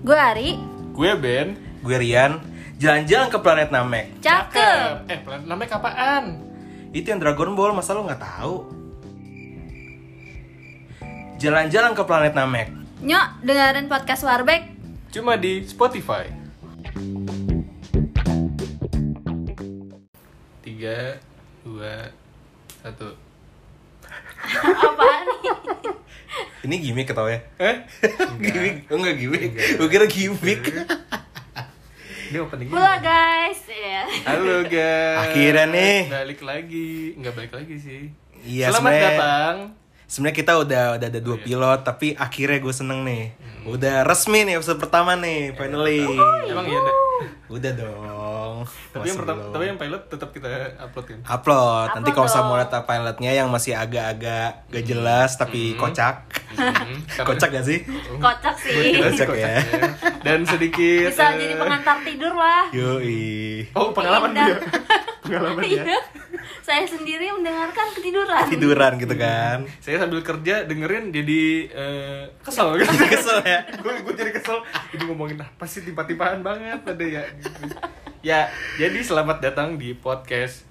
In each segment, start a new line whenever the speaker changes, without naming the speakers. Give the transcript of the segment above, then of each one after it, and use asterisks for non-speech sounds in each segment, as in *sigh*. Gue Ari,
Gue Ben.
Gue Rian, jalan-jalan ke planet Namek.
cakep.
Eh, planet namanya kapan?
Itu yang Dragon Ball, masa lo nggak tahu? Jalan-jalan ke planet Namek.
Nyok, dengerin podcast Warbeck.
Cuma di Spotify. Tiga, dua, satu.
Apaan nih?
Ini gimmick ketawanya.
Eh,
Gimmick? Oh, enggak gimmick. Gue kira gimmick.
ini openingnya.
Pula guys. Iya.
Halo guys.
Akhirnya nih.
Balik lagi. Nggak balik lagi sih.
Iya,
Selamat
sebenarnya-
datang.
Sebenarnya kita udah udah
Oh,
ada
iya.
dua pilot, tapi akhirnya gue seneng nih.
Hmm.
Udah resmi nih episode pertama
Eh.
nih,
*laughs*
finally.
Emang iya, Nak?
Udah dong.
Tapi
Masa
yang pertama,
belum?
tapi yang pilot tetap kita upload
*laughs*
kan.
upload. Nanti kalau
Upload
sama
dong.
data pilotnya yang masih agak-agak gak
Hmm.
jelas tapi kocak. kocak
ya?
gak
*laughs*
sih?
Kocak sih.
Kocak ya.
Dan sedikit.
Bisa
eh,
jadi pengantar tidur lah.
Yoi.
Oh pengalaman
Indah.
dia.
*laughs*
pengalaman dia.
Iya. Saya sendiri mendengarkan ketiduran.
*laughs* Tiduran gitu kan.
saya sambil kerja dengerin jadi eh, kesel gitu
*laughs* Kesel ya.
gue gue jadi kesel ini ngomongin apa sih tipa-tipaan banget ada ya gitu. ya jadi selamat datang di podcast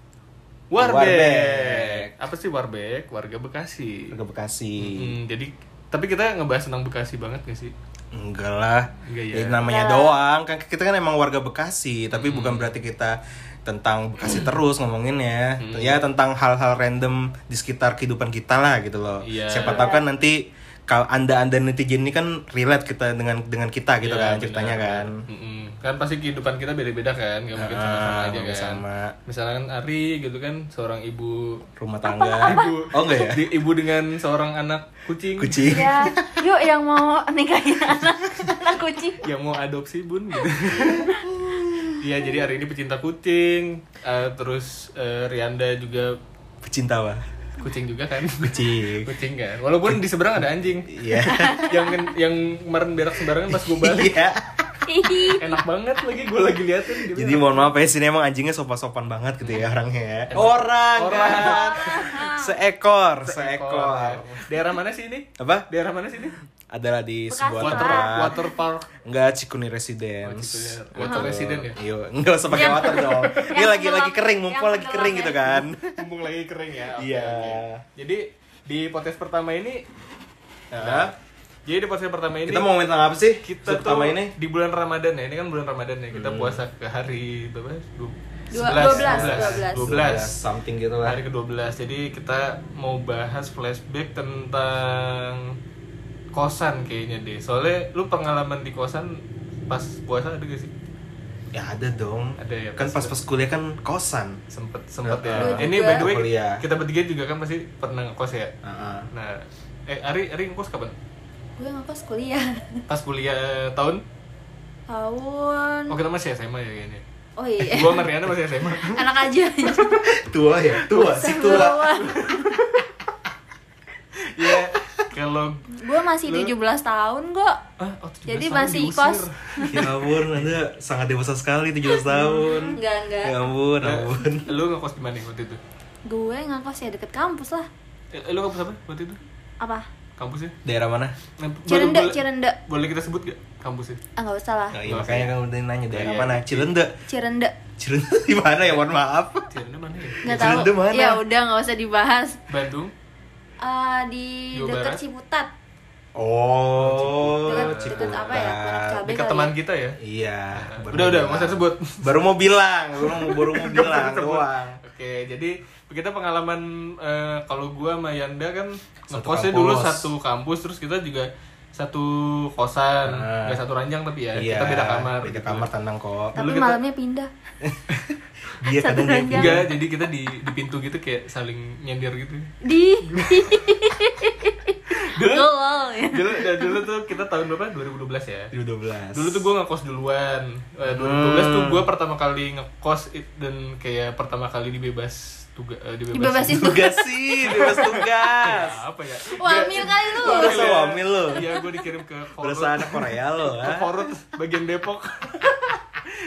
Warbeck.
Warbeck apa sih Warbeck warga Bekasi
Ke Bekasi.
Hmm, jadi tapi kita ngebahas tentang Bekasi banget gak sih
Enggak lah.
Enggak ya.
Ya, namanya doang. Kan kita kan emang warga Bekasi, tapi bukan berarti kita tentang Bekasi terus ngomonginnya. Ya tentang hal-hal random di sekitar kehidupan kita lah gitu loh.
Iya.
Siapa tahu kan nanti kalau anda-anda netizen ini kan relate kita dengan dengan kita gitu
Ya,
kan ceritanya
benar.
kan.
Mm-mm. kan pasti kehidupan kita beda-beda kan nggak mungkin sama-sama
Ah,
aja kan
sama.
misalkan Ari gitu kan seorang
*laughs*
ibu
rumah tangga
ibu
oh enggak ya
di- ibu dengan seorang anak kucing
kucing
Ya, yuk yang mau nikahin anak, anak kucing.
yang mau adopsi bun gitu *laughs* Iya jadi hari ini pecinta kucing Eh, terus eh, Rianda juga
pecinta wah
kucing juga kan
kucing
kucing kan walaupun di seberang ada anjing
iya
*laughs* yang yang kemarin berak sembarangan pas gue balik
iya
Hihi.
enak banget lagi gue lagi liatin gitu. dia
jadi
bilang,
mohon maaf ya sini emang anjingnya sopan-sopan banget gitu ya orangnya ya orang
Orang.
kan seekor
"Ekor."
seekor
daerah mana sih ini
apa
daerah mana sih ini
adalah di
Bekasi
sebuah
water
tempat
water park
enggak Cikuni
Oh,
Residence
gitu ya. water resident ya
Iya, enggak usah pakai
Yang-
water dong. Ini
yang
lagi lagi
tenggelam-
kering, mumpung
yang
lagi kering gitu
tenggelam
kan.
mumpung lagi kering ya oke,
Iya.
oke. jadi di podcast pertama ini
Nah,
jadi di podcast pertama ini
kita mau ngomongin tentang apa sih?
kita
Episode pertama
tuh
ini Hmm.
di bulan Ramadan ya ini kan bulan Ramadan ya kita puasa ke hari berapa Du-
Dua- 12.
11 12
something gitu lah.
hari ke-12 jadi kita mau bahas flashback tentang kosan kayaknya deh soalnya lu pengalaman di kosan pas puasa ada gak sih
Ya ada dong.
Ada ya,
Kan
pasti.
pas-pas kuliah kan kosan.
sempet sempet
Lu
ya ini by the way
Kuliah.
kita bertiga juga kan pasti pernah ngekos ya
Heeh.
nah eh Ari Ari ngekos kapan
Gue ngekos kuliah
pas kuliah eh, tahun
tahun.
oh kita masih SMA ya kayaknya
Oh iya.
gua sama Riana masih
*laughs*
SMA
Anak aja.
Tua ya? Tua, si tua.
ya kalau
Gue masih 17 tahun kok.
Ah, oh, 17
Jadi
tahun
masih
diusir.
kos.
ya ampun, Anda sangat dewasa sekali 17 tahun.
Enggak, enggak.
Ya ampun,
Nah,
ampun.
lu ngekos di mana waktu itu?
Gue ngekos ya deket kampus lah.
Eh, lu ngekos apa waktu itu?
Apa?
Kampusnya?
Daerah mana?
Nah, boleh-
Cirende,
boleh-
Cirende.
Boleh kita sebut gak kampusnya?
Ah, nggak usah lah.
Nah, iya,
Nggak
makanya
usah.
kan udah nanya daerah
Iya.
mana? Cilende.
Cirende.
Cilende di mana ya? Mohon maaf.
Cirende mana ya?
Nggak
Ya,
tahu.
Cirende mana?
Ya udah nggak usah dibahas.
Bandung?
Eh, di
Jawa
dekat
Barat?
Ciputat.
Oh,
Dekat- dekat
Ciputat.
apa ya? Pondok Cabe
Dekat
kali
teman
ya.
kita ya?
Iya.
udah,
baru mau
udah,
bilang.
nggak usah sebut.
Baru mau bilang, baru mau baru *laughs* mau bilang doang.
Oke, jadi kita pengalaman eh, kalau gua sama Yanda kan
Satu
ngekosnya dulu
kampus.
satu kampus, terus kita juga satu kosan,
Ah.
nggak satu ranjang tapi ya,
Iya.
kita beda kamar.
Beda
gitu.
kamar tandang kok.
Tapi
kita-
malamnya pindah.
Dia kadang dia
ranjang.
Enggak, jadi kita di di pintu gitu kayak saling nyender gitu.
*laughs*
Di.
Dulu
Tolol.
dulu dan dulu tuh kita tahun berapa 2012 ya
2012.
dulu tuh gue ngekos duluan Eh, 2012 tuh gue pertama kali ngekos it- dan kayak pertama kali dibebas tugas dibebas
Dibebasin tuh.
tugas sih, bebas tugas.
*laughs* apa ya
Wamil kali lu.
Berasa wamil lu.
iya gue dikirim ke Korut
Berasa anak Korea lo,
ke
ha?
Korut bagian Depok *laughs*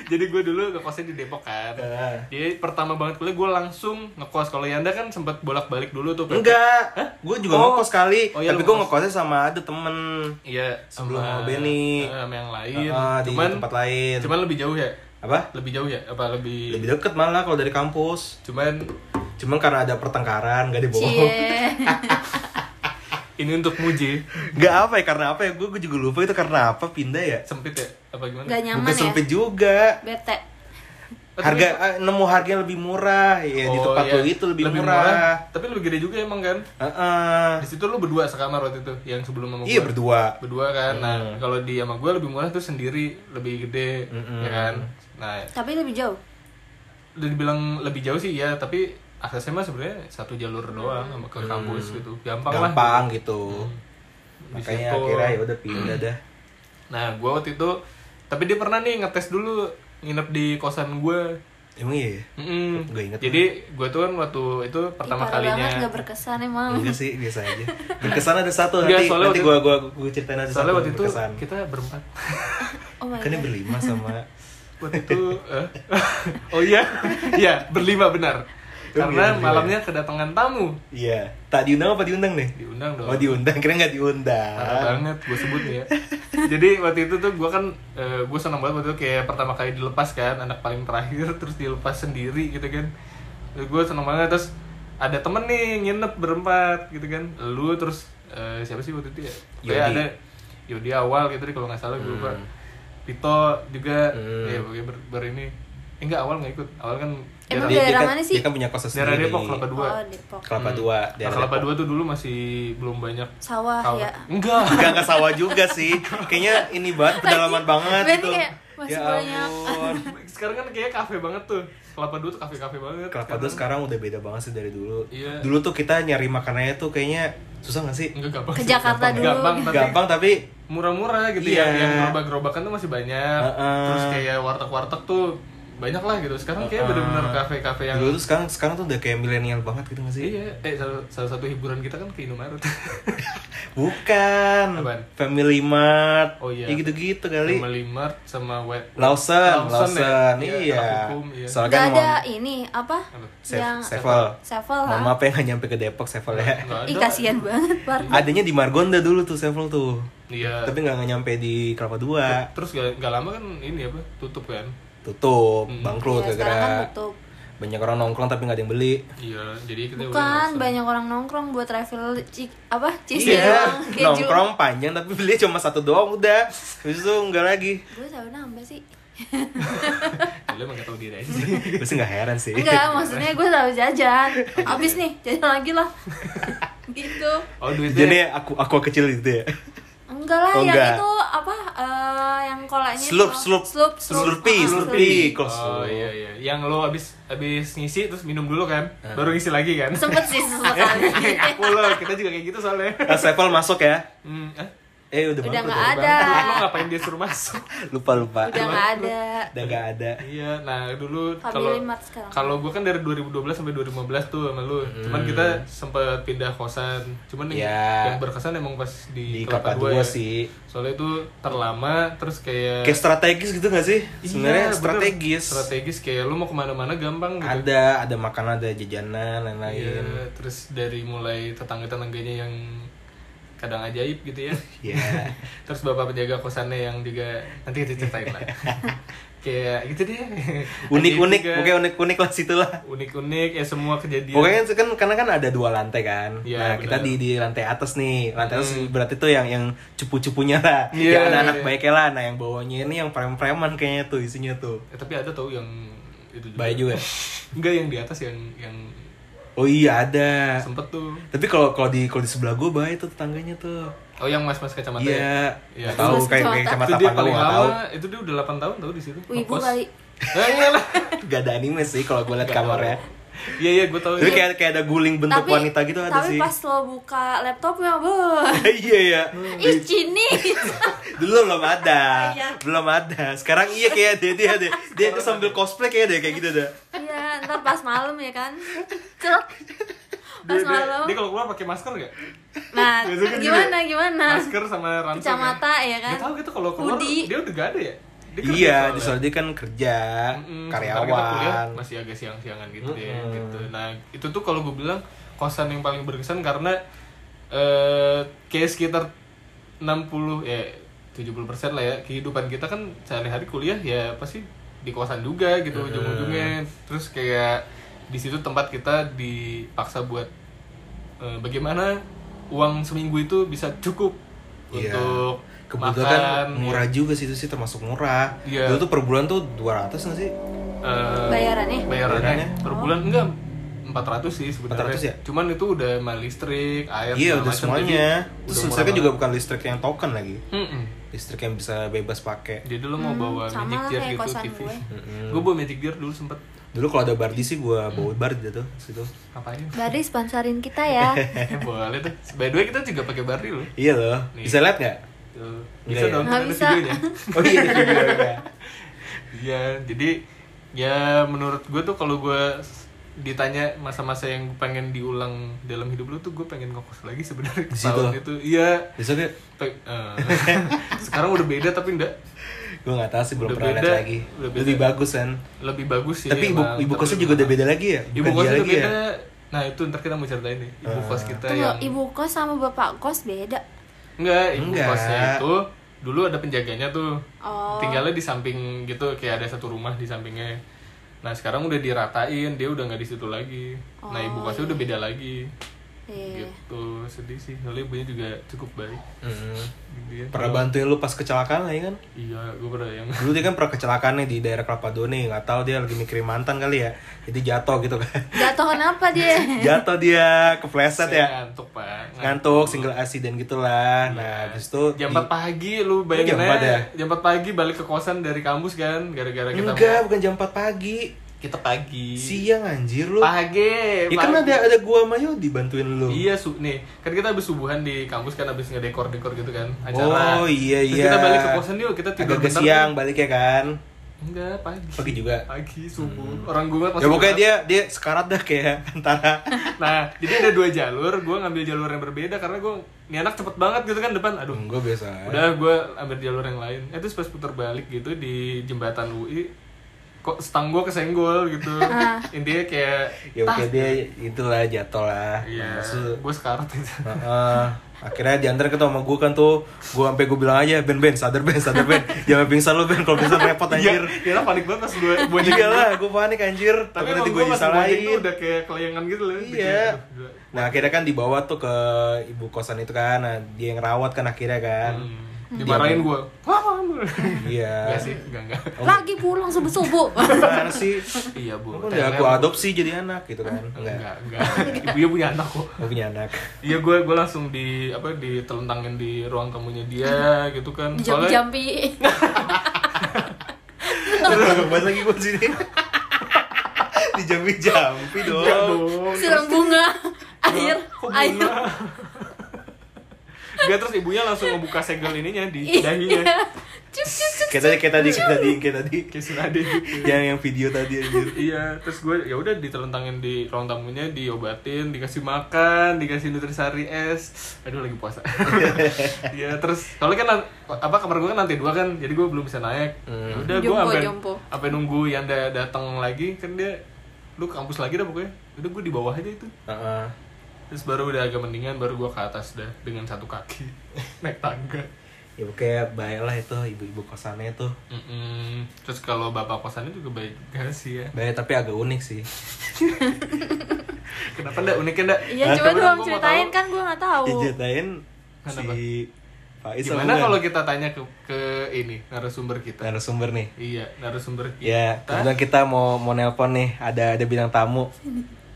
jadi gue dulu ngekosnya di Depok kan
Eh.
jadi pertama banget kuliah gue langsung ngekos kalau Yanda kan sempet bolak balik dulu tuh PP.
Enggak, gue juga
Oh.
ngekos kali,
Oh, iya,
tapi
lu
gue
ngekos.
ngekosnya sama ada temen
Iya,
Sebelum
sama-
sama
eh,
Benny.
sama yang lain.
Ah, di
cuman
tempat lain.
cuman lebih jauh ya?
Apa?
Lebih jauh ya? Apa lebih,
Lebih deket malah kalau dari kampus.
cuman
Cuman karena ada pertengkaran, gak dibohong.
Cie.
ini untuk muji
Gak apa ya, karena apa ya? Gue juga lupa itu karena apa pindah ya.
sempit ya? Apa gimana?
Gak nyaman ya.
Bukan sempit juga.
Bete.
Oh,
Harga
tapi-
eh, nemu harganya lebih murah ya di
Oh,
tempat
iya.
lu itu lebih, murah.
Tapi lebih gede juga emang kan?
Heeh.
Di situ lu berdua sekamar waktu itu yang sebelum sama
Iya
gua.
berdua. Hmm.
Berdua kan. Nah, kalau di sama gue lebih murah tuh sendiri, lebih gede ya kan. Nah,
Tapi lebih jauh.
udah dibilang lebih jauh sih ya, tapi aksesnya mah sebenarnya satu jalur doang sama ke kampus gitu. Gampang, lah.
Hmm. Gampang gitu.
Hmm. Di
Makanya
situ.
akhirnya ya udah pindah dah.
Nah, gue waktu itu, tapi dia pernah nih ngetes dulu nginep di kosan gue.
Emang iya? ya?
Mm-mm.
Gua inget
Jadi gue tuh kan waktu itu
Ih,
pertama
parah
kalinya.
banget gak berkesan emang.
Enggak sih, biasa aja. Berkesan ada satu
Enggak,
nanti
soalnya
nanti
waktu-
gua gua gua ceritain ada
Soalnya
satu
waktu itu
berkesan.
kita berempat. *laughs*
Oh my
Kan ini
god.
berlima sama
waktu itu, eh? *laughs* oh iya, *laughs* iya berlima benar.
Iya,
Karena
berlima.
malamnya kedatangan tamu
Iya. Tak diundang apa diundang nih?
diundang dong.
Oh diundang, kira nggak diundang.
Parah banget gue sebut nih ya jadi waktu itu tuh gue kan gue senang banget waktu itu kayak pertama kali dilepas kan anak paling terakhir *laughs* terus dilepas sendiri gitu kan gue seneng banget terus ada temen nih nginep berempat gitu kan lu terus eh, siapa sih waktu itu ya kayak
Yodi.
ada Yodi awal gitu deh kalau nggak salah gue lupa Pito juga
Hmm.
ya pokoknya ber, ber ini eh, enggak awal nggak ikut awal kan
Emang dia-
daerah,
daerah
kan,
mana sih?
dia kan punya kos
daerah
sendiri.
Depok Kelapa Dua
Oh, Depok.
Kelapa Dua,
nah,
daerah
Kelapa
Depok.
Dua tuh dulu masih belum banyak
Sawah
kawan.
ya.
enggak
Enggak enggak sawah juga sih. Kayaknya ini banget pedalaman banget
berarti
gitu.
kayak masih banyak.
ampun.
sekarang kan kayak kafe banget tuh kelapa dua tuh kafe kafe banget
Kelapa Dua sekarang udah beda banget sih dari dulu.
Iya.
Dulu tuh kita nyari makanannya tuh kayaknya susah nggak sih?
enggak gampang
Ke
sih.
Jakarta
gampang,
dulu.
gampang tapi
Gampang tapi
murah-murah gitu ya
Iya.
yang gerobak-gerobakan tuh masih banyak
Heeh.
terus kayak warteg-warteg tuh banyak lah gitu sekarang kayak bener-bener kafe-kafe yang
dulu tuh sekarang sekarang tuh udah kayak milenial banget gitu nggak sih?
iya eh salah, salah satu hiburan kita kan ke Indomaret
*laughs* Bukan.
Apaan?
Family Mart.
Oh, iya.
Ya gitu-gitu kali.
sama Limart sama Wet
Lawson,
Lawson
Lawson,
ya? Iya,
iya.
anak hukum, iya.
Soalnya
Gak
kan
ada
mau
ini apa?
Apa?
Sef-
yang
Sevel.
Sevel ah.
Mohon
lah.
maaf ya nggak nyampe ke Depok Sevel ya.
Nggak
Ih
ada.
kasihan banget Par.
Adanya di Margonda dulu tuh Sevel tuh.
iya
Tapi nggak nggak nyampe di Kelapa Dua.
terus gak, gak lama kan ini apa tutup kan
Tutup,
Hmm.
bangkrut
Iya, sekarang kan
gara-gara
tutup.
banyak orang nongkrong tapi nggak ada yang beli.
iya jadi kita udah
Bukan
bosen.
banyak orang nongkrong buat travel cik, apa? Cisi
Iya, *laughs*
doang, keju.
nongkrong panjang tapi beli cuma satu doang udah. Habis itu nggak lagi.
Gue tahu nambah sih.
Lu emang gak tau diri aja
*laughs* Pasti nggak heran sih.
Enggak, maksudnya gue tahu jajan. Habis nih, jajan lagi
*laughs*
lah. gitu.
oh duitnya
*laughs* Jadi aku aku kecil gitu ya.
Enggak lah,
Oh,
yang
enggak.
itu apa eh, yang kolanya itu.
Slurp, slurp,
slurp,
slurpee,
Ah,
slurpee. Kok
Oh
slow?
iya iya, yang lo abis abis ngisi terus minum dulu kan,
Nah.
baru ngisi lagi kan.
Sempet sih
*laughs*
sesekali.
*laughs* Aku lo, kita juga kayak gitu soalnya.
Ah, Sevel masuk ya.
Hmm, ah,
Eh udah,
Udah nggak
bangkrut ya,
ada,
Bang.
lo ngapain dia suruh masuk?
Lupa lupa.
udah nggak ada.
Udah nggak ada.
*laughs* iya, nah dulu kalau
Family Mart sekarang.
kalau gue kan dari 2012 sampai 2015 tuh sama lu. Cuman kita sempet pindah kosan. Cuman yang-
Hmm. Iya.
yang berkesan emang pas
Di
di,
Kelapa
Dua ya.
Dua sih.
Soalnya itu terlama terus kayak
Kayak strategis gitu gak sih?
Iya,
Sebenarnya
bener.
strategis.
Strategis kayak lu mau kemana-mana gampang gitu.
Ada ada makanan, ada jajanan, lain-lain.
Iya, terus dari mulai tetangga-tetangganya yang kadang ajaib gitu
*laughs*
ya.
Ya.
*laughs* terus bapak penjaga kosannya yang juga nanti kita ceritain
*laughs*
lah. Kayak gitu deh.
Unik-unik,
Ajaib juga.
pokoknya unik-unik lah situ lah.
unik-unik ya semua kejadian.
Pokoknya kan karena kan ada dua lantai kan.
Iya,
nah,
benar.
kita
Hmm.
di di lantai atas nih. Lantai atas berarti tuh yang yang cupu-cupunya lah.
Iya,
yang anak-anak
iya.
baiknya lah. Nah, yang bawahnya ini yang preman-preman kayaknya tuh isinya tuh.
Eh, tapi ada tau yang itu juga.
Baik juga.
*laughs* Enggak yang di atas yang yang
Oh iya ada.
sempet tuh.
Tapi kalau kalau di kalau di sebelah gue baik tuh tetangganya tuh.
Oh yang mas-mas kacamata. ya?
Iya.
Iya.
Nggak tahu
Terus
kayak
kecamatan.
kayak
Itu
kacamata
dia
apa gue
paling
nggak tahu.
lama, itu dia udah 8 tahun tau di situ.
Wibu
ngekos.
kali.
*laughs* Eh, iya lah.
*laughs* Gak ada anime sih kalau gue liat
Nggak
kamarnya.
Iya iya gue tau.
Tapi kayak kayak ada guling bentuk
tapi,
wanita gitu ada
tapi
sih.
pas Hmm. lo buka laptopnya, boh.
*laughs* iya ya.
Ih, cini. *laughs*
Dulu belum ada.
Iya.
belum ada. Sekarang iya kayak dia dia
*laughs*
dia, dia tuh sambil cosplay kayak dia kayak gitu dah.
Iya, ntar pas malam ya
*laughs*
kan. Cerut. Pas
Dia, dia,
malam.
dia kalau keluar pakai masker gak? *laughs*
Nah,
Biasanya kan
gimana gimana?
Masker sama ransel.
Kacamata ya kan.
Gak tau gitu kalau keluar
Hoodie.
dia udah gak ada ya? Dia kerja
iya,
soalnya.
dia soalnya dia kan kerja,
Mm-mm, sementara kita kuliah
karyawan.
masih agak siang-siangan gitu deh
Mm-mm.
gitu nah itu tuh kalau gue bilang kosan yang paling berkesan karena eh kayak sekitar 60 ya 70% lah ya kehidupan kita kan sehari-hari kuliah ya pasti di kosan juga gitu ujung-ujungnya terus kayak di situ tempat kita dipaksa buat eh, bagaimana uang seminggu itu bisa cukup
Iya.
untuk
Kebetulan
makan
kan murah juga sih itu sih termasuk murah.
Iya.
Dulu tuh per bulan tuh 200 nggak sih?
eh,
Bayarannya?
bayarannya
Bayarannya?
per bulan enggak 400 sih sebenarnya
400 ya?
cuman itu udah sama listrik air
Iya,
segala
udah
macam,
semuanya.
jadi
Terus
udah murah
listriknya juga
banget.
bukan listrik yang token lagi.
Mm-mm.
Listrik yang bisa bebas pakai.
jadi lo mau
Hmm,
bawa
sama
magic
lah
jar
kayak
gitu
kosan
TV
gue.
Mm-mm.
gue bawa magic jar dulu sempet
Dulu kalau ada Bardi sih gua bawa Bardi tuh situ.
ngapain Eh,
Bari sponsorin kita
*laughs*
ya.
boleh tuh by the way kita juga pakai bardi loh
Iya loh.
Nih.
Bisa lihat nggak?
Tuh.
Iya,
bisa
iya.
dong
Nggak
kan ada
bisa. *laughs*
videonya
Oh iya, ada videonya.
iya jadi ya menurut gue tuh kalau gue ditanya masa-masa yang pengen diulang dalam hidup lu tuh gue pengen ngokos lagi sebenarnya
Di situ?
tahun itu iya
Bisa nggak?
Pe- eh, *laughs* sekarang udah beda tapi enggak
Gue nggak tahu sih belum
Udah
pernah
beda,
lihat lagi.
udah beda.
Lebih bagus kan.
lebih bagus sih
Tapi ibu
emang.
ibu
Tapi
kosnya
lebih
juga udah
mahal.
beda lagi ya.
ibu
Bukan dia
kosnya udah
lagi ya?
beda nah itu ntar kita mau ceritain deh ibu
Ah.
kos kita
Tunggu,
yang
ibu kos sama bapak kos beda.
enggak ibu
Enggak.
kosnya itu dulu ada penjaganya tuh
Oh.
tinggalnya di samping gitu kayak ada satu rumah di sampingnya nah sekarang udah diratain dia udah nggak di situ lagi nah ibu
Oh,
kosnya udah beda lagi
Iya.
gitu sedih sih soalnya ibunya juga cukup baik
Mm.
gitu ya.
Pernah bantuin lu pas kecelakaan lah ya kan?
iya gue pernah yang
Dulu dia kan pernah kecelakaan nih di daerah Kelapa Doni, nggak tahu dia lagi mikirin mantan kali ya. Jadi jatuh gitu kan.
Jatuh kenapa
*laughs*
dia?
jatuh dia kepleset ya.
Saya *laughs* ngantuk pak
Ngantuk, single accident gitulah. Nah, habis itu
Iya. jam
di-
4 pagi lu bayangin
Jam 4
aja,
ya?
jam 4 pagi balik ke kosan dari kampus kan gara-gara kita Iya.
Enggak, bukan jam 4 pagi.
kita pagi
Siang anjir lu.
pagi
Ya kan
pagi.
ada ada gua sama Yodi bantuin lu.
iya su nih kan kita habis subuhan di kampus kan habis ngedekor dekor gitu kan acara
Oh, iya,
Terus
iya.
kita balik ke kosan yuk kita tidur
Agak
bentar
siang
nih.
balik ya kan.
enggak pagi
Pagi juga.
pagi subuh orang gue
Ya pokoknya dia dia sekarat dah kayak *laughs* antara
nah jadi ada dua jalur gue ngambil jalur yang berbeda karena gue nih anak cepet banget gitu kan depan aduh
gua biasa.
udah gue ambil jalur yang lain eh, terus pas putar balik gitu di jembatan UI kok stang gue kesenggol gitu intinya kayak
Ya oke dia itulah jatuh lah.
iya
Maksud-
gue sekarat gitu
Heeh. akhirnya diantar ketemu sama gue kan tuh gue sampai gue bilang aja Ben Ben sadar Ben sadar Ben jangan pingsan lu Ben kalau pingsan repot
iya *laughs*
anjir
iya lah panik banget pas
*laughs*
gue
gue
bonjek
juga lah gue panik anjir
tapi
takut
emang
nanti
gue
gue
pas bonjek tuh
disalahin
udah kayak kelayangan gitu loh
iya
Aduh, gila.
nah akhirnya kan dibawa tuh ke ibu kosan itu kan nah, dia yang rawat kan akhirnya kan
Hmm. dimarahin gue wah kamu
iya
Enggak sih enggak enggak
Lagi pulang
*laughs*
subuh-subuh.
gimana sih
iya bu
Lu kan udah aku adopsi jadi anak gitu kan
enggak
enggak
enggak ibunya punya anak kok
gue punya anak
Iya gue gue langsung di apa ditelentangin di ruang tamunya dia gitu kan. Soalnya
Jampi-jampi.
terus banget lagi gue *laughs* sini dijampi jampi
Enggak
dong
*laughs*
dong.
Siram
*laughs*
bunga. Air,
Kok bunga?
air.
Enggak terus ibunya langsung ngebuka segel ininya di
Iya.
dahinya.
Cuk cuk cuk.
kayak tadi kayak tadi kayak tadi kayak tadi
Kayak sunade gitu.
yang yang video tadi anjir
Iya, terus gue ya udah ditelentangin di ruang tamunya, diobatin, dikasih makan, dikasih nutrisari es. Aduh lagi puasa. Iya, terus soalnya kan apa kamar gue kan lantai dua kan, jadi gue belum bisa naik. Ya udah gue
Jompo,
sampai
jompo.
sampai nunggu yang da- datang lagi kan dia lu ke kampus lagi dah pokoknya. Udah gue di bawah aja itu.
Heeh.
Terus baru udah agak mendingan baru gua ke atas dah dengan satu kaki naik tangga.
ya pokoknya baiklah itu ibu-ibu kosannya tuh
Mm-mm. Terus kalau bapak kosannya juga baik gak sih ya?
baik tapi agak unik sih
Kenapa ndak uniknya ndak?
Iya, coba dong ceritain kan gue nggak tahu.
dijatuhin
Kenapa?
si Faiz sama
Gimana
Ulan.
kalau gitu? kita tanya ke ke ini narasumber kita?
narasumber nih
Iya, narasumber kita.
ya kebetulan kita mau mau nelpon nih ada ada bintang tamu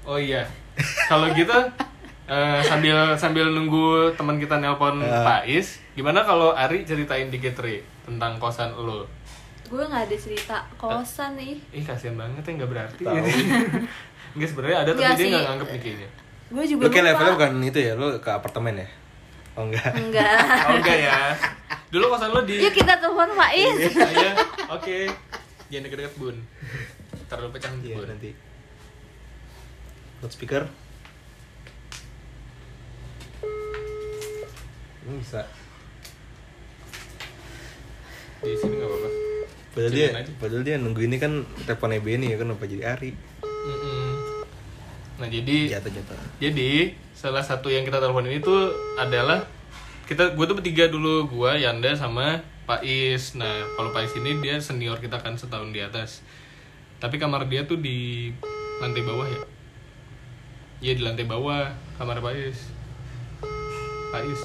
Oh iya. Kalau gitu eh, sambil sambil nunggu teman kita nelpon Pak Is, gimana kalau Ari ceritain dikit Ri tentang kosan lo?
Gue nggak ada cerita kosan nih.
Ih kasihan banget ya nggak berarti.
Tahu.
Enggak sebenarnya ada tapi
Nggak
dia
sih.
*laughs* nggak nganggep nih kayaknya.
Gue
lu
juga
kayak levelnya
lupa.
bukan itu ya lu ke apartemen ya oh enggak
Hmm.
*laughs*
Enggak.
Oh enggak
*laughs*
ya. Dulu kosan lo di
Yuk kita telepon Pak Is.
Iya. Oke. Jangan deket-deket, Bun. Terlalu pecah nanti,
*laughs* iya
Bun.
nanti loudspeaker ini bisa
Di sini enggak apa-apa.
Padahal dia,
Kecilin aja.
padahal dia nunggu ini kan teleponnya Benny ya kan apa jadi Ari
Mm-mm. Nah jadi
jatuh jatuh.
jadi salah satu yang kita teleponin itu adalah kita gue tuh bertiga dulu gue Yanda sama Pak Is. Nah kalau Pak Is ini dia senior kita kan setahun di atas. Tapi kamar dia tuh di lantai bawah ya. Iya di lantai bawah kamar Pak Is. Pak Is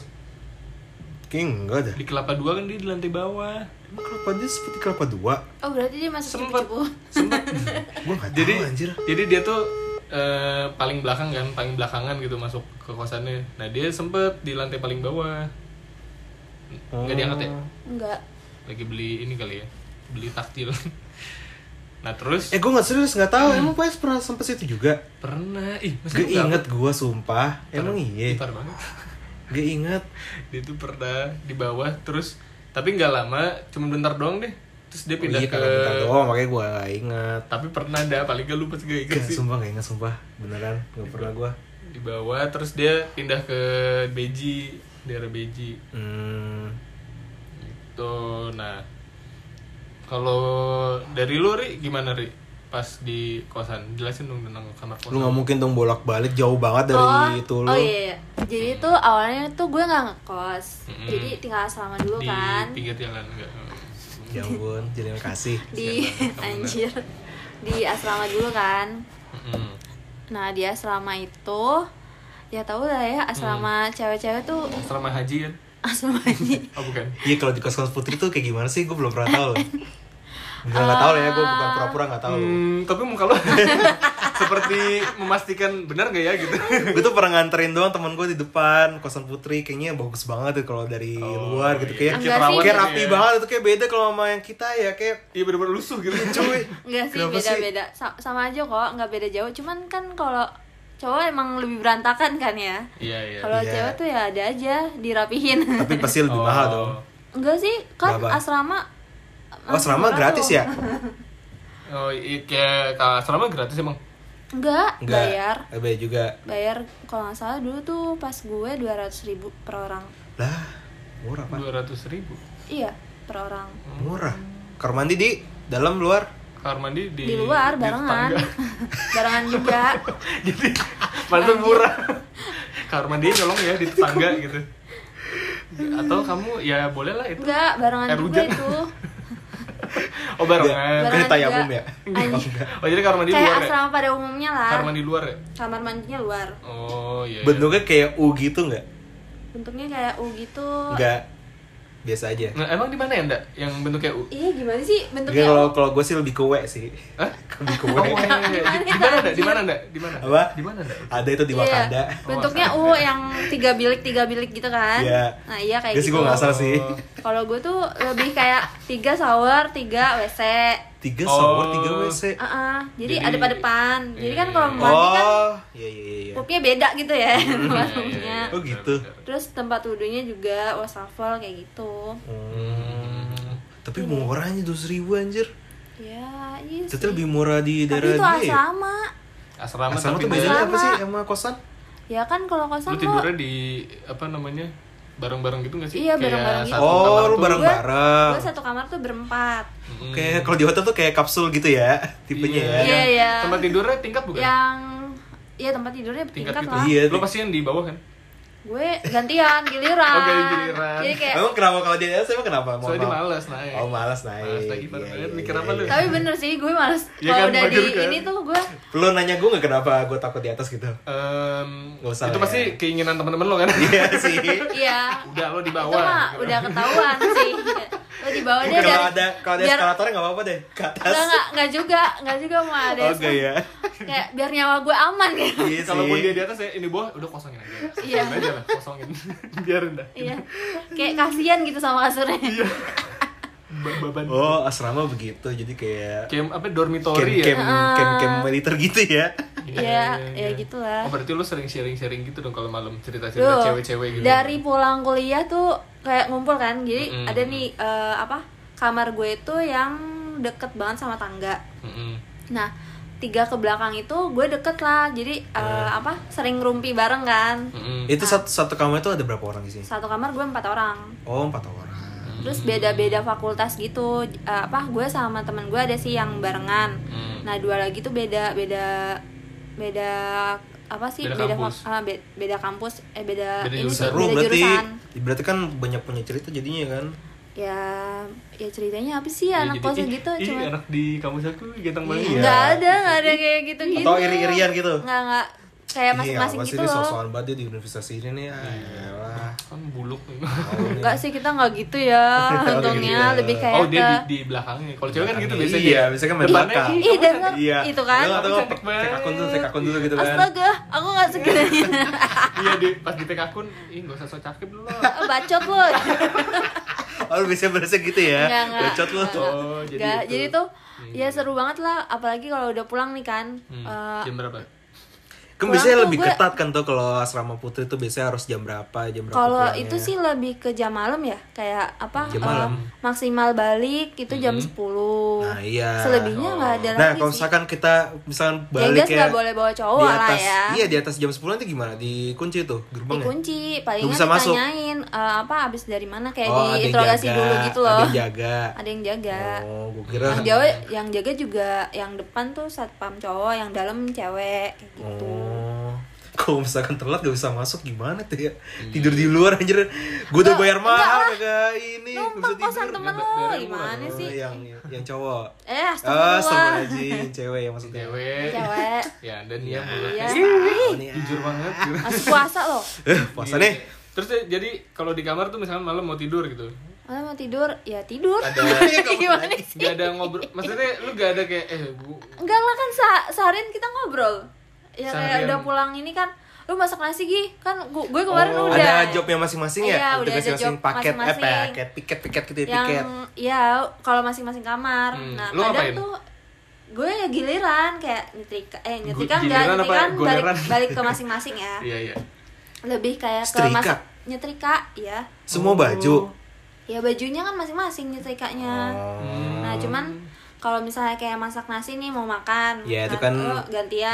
King enggak ada.
di kelapa dua kan dia di lantai bawah.
Emang kelapa dia seperti kelapa dua.
Oh berarti dia masuk
Sempet.
cupu-cupu
*laughs* Gua nggak
jadi
tahu anjir.
jadi dia tuh eh, paling belakang kan paling belakangan gitu masuk ke kosannya nah dia sempet di lantai paling bawah nggak diangkat ya
Enggak
lagi beli ini kali ya beli taktil *laughs* nah terus
Eh gue nggak serius nggak tahu. Emang Pais pernah sampai situ juga?
pernah ih
Gak
lu tahu?
inget gue sumpah. Emang
Ih,
iya.
parah banget
Gak inget.
dia tuh pernah di bawah terus tapi nggak lama cuma bentar doang deh terus dia pindah
Iya
ke
kalau bentar doang makanya gue gak inget.
tapi pernah ada paling gak lupa sih gak ingat
Gak,
sih
sumpah gak inget sumpah beneran gak pernah gue.
di bawah terus dia pindah ke Beji daerah Beji
Hmm,
gitu nah kalau dari lu ri gimana ri pas di kosan jelasin dong tentang kamar
lu
kosan
nggak mungkin dong bolak balik jauh banget dari
oh,
itu lu.
oh iya, iya. Jadi tuh awalnya tuh gue nggak ngekos
Mm-mm.
Jadi tinggal asrama dulu
di
kan
pinggir jalan enggak
Ya ampun, jadi makasih.
*laughs* Di
Siapa? Kamu
Anjir Di asrama dulu kan
Mm-mm.
Nah di asrama itu Ya tau lah ya asrama
Mm.
cewek-cewek tuh *laughs*
asrama haji kan
Asrama ini
oh bukan
Iya kalau di kos-kos putri tuh kayak gimana sih? Gue belum pernah tahu. loh. Beneran nggak tahu lah ya, gue bukan pura-pura nggak tahu.
hmm, tapi muka lu *laughs* seperti memastikan benar gak ya gitu
gue tuh pernah nganterin doang temen gue di depan kosan putri kayaknya bagus banget tuh kalau dari
Oh,
luar gitu kayak
Enggak sih.
kayak
gitu
rapi
ya.
banget itu kayak beda kalau sama yang kita ya kayak
iya bener-bener lusuh gitu
cuy
Enggak sih
Kenapa
beda-beda Sa- Sama aja kok nggak beda jauh Cuman kan kalau cowok emang lebih berantakan kan ya
iya iya
Kalau
Iya.
cewek tuh ya ada aja
*laughs*
dirapihin
tapi pasti lebih
Oh.
mahal dong
Enggak sih kan
Berapa?
asrama
oh asrama
murah
gratis
tuh. *laughs*
ya
oh iya kayak kalau asrama gratis emang
Enggak,
Enggak.
bayar
Eh, bayar juga
bayar kalau nggak salah dulu tuh pas gue 200.000 ribu per orang
lah murah pak
dua ratus ribu
iya per orang
murah kamar mandi di dalam luar
kamar mandi di
di luar *laughs*
di
barengan
tetangga.
barengan juga
jadi pantas murah kamar mandi nyolong ya di tetangga gitu atau
Hmm.
kamu ya boleh lah itu
enggak barengan
Air
juga
hujan. Eh,
itu
oh barengan
Barengan
Kan tayamum
juga.
ya?
Anjir.
oh jadi kamar mandi
Iya, kayak
luar ya
asrama pada umumnya lah
kamar mandi luar ya
kamar mandinya luar
oh iya iya.
bentuknya kayak u gitu nggak
bentuknya kayak U gitu
nggak biasa aja
nah, emang di mana ya ndak yang bentuknya u
iya gimana sih
Jadi
bentuknya
kalau kalau gue sih lebih ke W sih
Hah? *laughs*
lebih ke W
Oh, iya,
Di
iya.
mana,
di mana ndak di mana ndak di mana
Apa?
di mana ndak
ada itu di
Iya,
Wakanda
bentuknya U yang tiga bilik tiga bilik gitu kan
Iya.
nah iya kayak
Jadi sih
gitu
gue nggak salah sih
Oh, iya,
kalau gue tuh lebih kayak tiga shower tiga wc
tiga
Oh.
shower tiga WC
Ah, ah. jadi,
Jadi-
ada pada depan jadi kan kalau mandi kan
Oh, iya iya iya, iya.
pupnya beda gitu ya
*laughs* Iya,
tempat
iya,
pupnya
iya.
Oh, gitu.
Benar, benar.
terus tempat wudhunya juga wastafel kayak gitu
Hmm.
Tapi murahnya dua ribu anjir.
ya iya sih.
Itu lebih murah di
tapi
daerah
itu
dia. ya?
asrama
asrama, tapi
Asrama tuh
dia-
beda.
bedanya apa
Asrama.
sih sama kosan?
ya kan kalau kosan
lu
lo
tidurnya di apa namanya bareng-bareng gitu nggak sih
Iya,
Kayak
bareng-bareng gitu.
satu
Oh,
kamar
lu
tuh-
bareng-bareng.
gue satu kamar tuh berempat
Mm-mm.
Kayak kalau di hotel tuh kayak kapsul gitu ya, tipenya ya.
Iya, iya.
tempat tidurnya tingkat bukan
yang ya tempat tidurnya tingkat,
tingkat gitu
lah
Iya.
lo pasti yang di bawah kan
gue gantian giliran
Oh, ganti giliran.
jadi kayak
Emang kenapa kalau di atas emang kenapa? Mohon
soalnya dia
maaf.
malas naik
Oh, malas naik.
Malas naik, gimana?
Iya, iya,
Mikir
iya,
apa lu?
iya.
tapi bener sih gue males
Iya
kalau
kan,
udah di
bener kan?
ini tuh gue
Lu nanya gue nggak kenapa gue takut di atas gitu? *laughs*
Em,
Nggak usah
itu
lah
pasti
ya.
keinginan teman-teman lo kan
Iya sih.
iya
udah lo di
itu
bawah
mah udah ketahuan sih lo di bawah Oh, dia
Kalau
dari-
ada kalau ada
biar-
eskalatornya nggak apa-apa deh ke atas.
Enggak, enggak, enggak juga, enggak juga mau ada
Oke ya.
*laughs* Kayak biar nyawa gue aman ya
Iya
kalaupun dia
sih.
di atas ya ini bawah udah kosongin aja
Iya.
Biarin aja lah
*laughs*
kosongin biarin dah
Iya Kayak kasihan gitu sama kasurnya
Ba- beban
Oh, asrama begitu. Jadi kayak
Camp apa dormitory ya
camp-camp
Ah.
camp-camp militer gitu ya.
*laughs* Iya, ya gitu lah
oh berarti lo sering sharing-sharing gitu dong kalau malam cerita-cerita
Duh,
cewek-cewek gitu
Dari pulang kuliah tuh kayak ngumpul kan Jadi
Mm-mm.
ada nih, eh, apa Kamar gue itu yang deket banget sama tangga
Mm-mm.
Nah, tiga ke belakang itu gue deket lah Jadi, eh,
Iya.
apa, sering ngerumpi bareng kan
Mm-mm.
Itu satu satu kamar itu ada berapa orang di sini?
Satu kamar gue empat orang
Oh, empat orang.
terus beda-beda fakultas gitu J- eh, apa gue sama teman gue ada sih yang barengan
Hmm.
nah dua lagi tuh beda beda beda apa sih
Beda
beda
kampus.
fak- ah, be- beda kampus eh beda,
Beda
ini sih,
jurusan.
seru
beda
berarti
jurusan
berarti kan banyak punya cerita jadinya kan
ya ya ceritanya apa sih ya,
Ya,
anak
jadi,
kosan
"Ih,
gitu
ih,
cuma
anak di kampus aku ganteng banget ya."
Iya.
nggak ada nggak ada kayak gitu gitu
Atau iri-irian gitu?
nggak nggak kayak masing-masing
Iya, apa sih
gitu
dia
loh
sok-sokan banget dia di universitas ini nih Ah, Iya. ayolah
kan buluk
Enggak sih kita nggak gitu ya
*laughs* Nggak gitu
untungnya
ya.
lebih *laughs* kayak
oh dia
ke
di, di belakangnya kalau cewek kan gitu
Belakangnya.
biasanya
Iya, biasanya kan main
Depannya,
belakang.
"Ih,
Ih,
kamu
dan
cantik."
Iya. Itu kan?
Lu atau
Cantik
tek akun tuh tek akun dulu gitu kan
astaga aku nggak
*laughs*
segitunya
iya di pas di tek akun ih gak usah sok cakep
*laughs*
dulu lah
Eh, bacot
*laughs*
lo
oh lu biasanya berasa gitu ya
Nggak, nggak.
bacot lu
Nggak,
tuh
nggak.
Oh, jadi
Nggak,
itu.
jadi tuh ya
Iya,
seru banget lah apalagi kalau udah pulang nih kan
Hmm,
Eh,
jam berapa
kan
Pulang
biasanya
tuh
lebih
gue-
ketat kan tuh kalau asrama putri tuh biasanya harus jam berapa jam berapa
kalau
pulangnya.
itu sih lebih ke jam malam ya kayak apa
Jam
eh,
malam. Hmm.
maksimal balik itu jam 10
Nah, iya.
selebihnya nggak ada
nah
lagi
kalau
sih
misalkan kita misalkan
Ya,
balik
guys,
ya
nggak boleh bawa
di
cowok lah
atas
ya.
iya di atas jam 10 nanti gimana dikunci tuh gerbangnya
dikunci palingan
Nggak bisa masuk.
ditanyain eh, apa abis dari mana kayak
oh, ada yang
diinterogasi
jaga,
dulu gitu loh
ada yang jaga
ada yang jaga
oh gue kira
yang jawa yang jaga juga yang depan tuh satpam cowok yang dalam cewek kayak gitu
Oh. Kalau misalkan telat gak bisa masuk gimana tuh ya? Tidur di luar anjir. Gue udah bayar mahal kagak ini nggak
numpang kosan temen
Nggak,
lo
daerah murah
gimana
Oh,
sih
yang yang cowok.
eh
Ah,
astagfirullah
astagfirullahaladzim, cewek yang maksudnya.
cewek
cewek
ya dan dia mulai
iya
Oh, nih,
jujur banget gitu.
masih puasa loh
Eh, Iya. puasa
Iya.
nih.
terus ya, jadi kalau di kamar tuh misalnya malam mau tidur gitu
malah mau tidur ya tidur *laughs*
Iya,
gimana sih
gak ada
*laughs*
ngobrol maksudnya lu gak ada kayak eh bu
enggak lah kan sa- seharian kita ngobrol ya
Seharian.
kayak udah pulang ini kan lu masak nasi gih kan gu- gue kemarin
Oh,
udah
Ada jobnya masing-masing ya?
Iya, udah ada
masing-masing
job
paket, eh
masing-masing.
paket, piket-piket gitu ya,
yang
piket.
ya kalau masing-masing kamar
Hmm,
nah
lu ngapain?
kadang tuh gue ya giliran kayak nyetrika eh nyetrika
Gu-
enggak
giliran apa
nyetrika balik
goleran?
balik ke masing-masing
*laughs*
ya
iya iya
lebih kayak ke
Setrika.
mas- nyetrika ya
Semua baju.
ya bajunya kan masing-masing nyetrikanya
Oh.
nah cuman kalau misalnya kayak masak nasi nih mau makan
Ya, itu
nah,
kan
lu gantian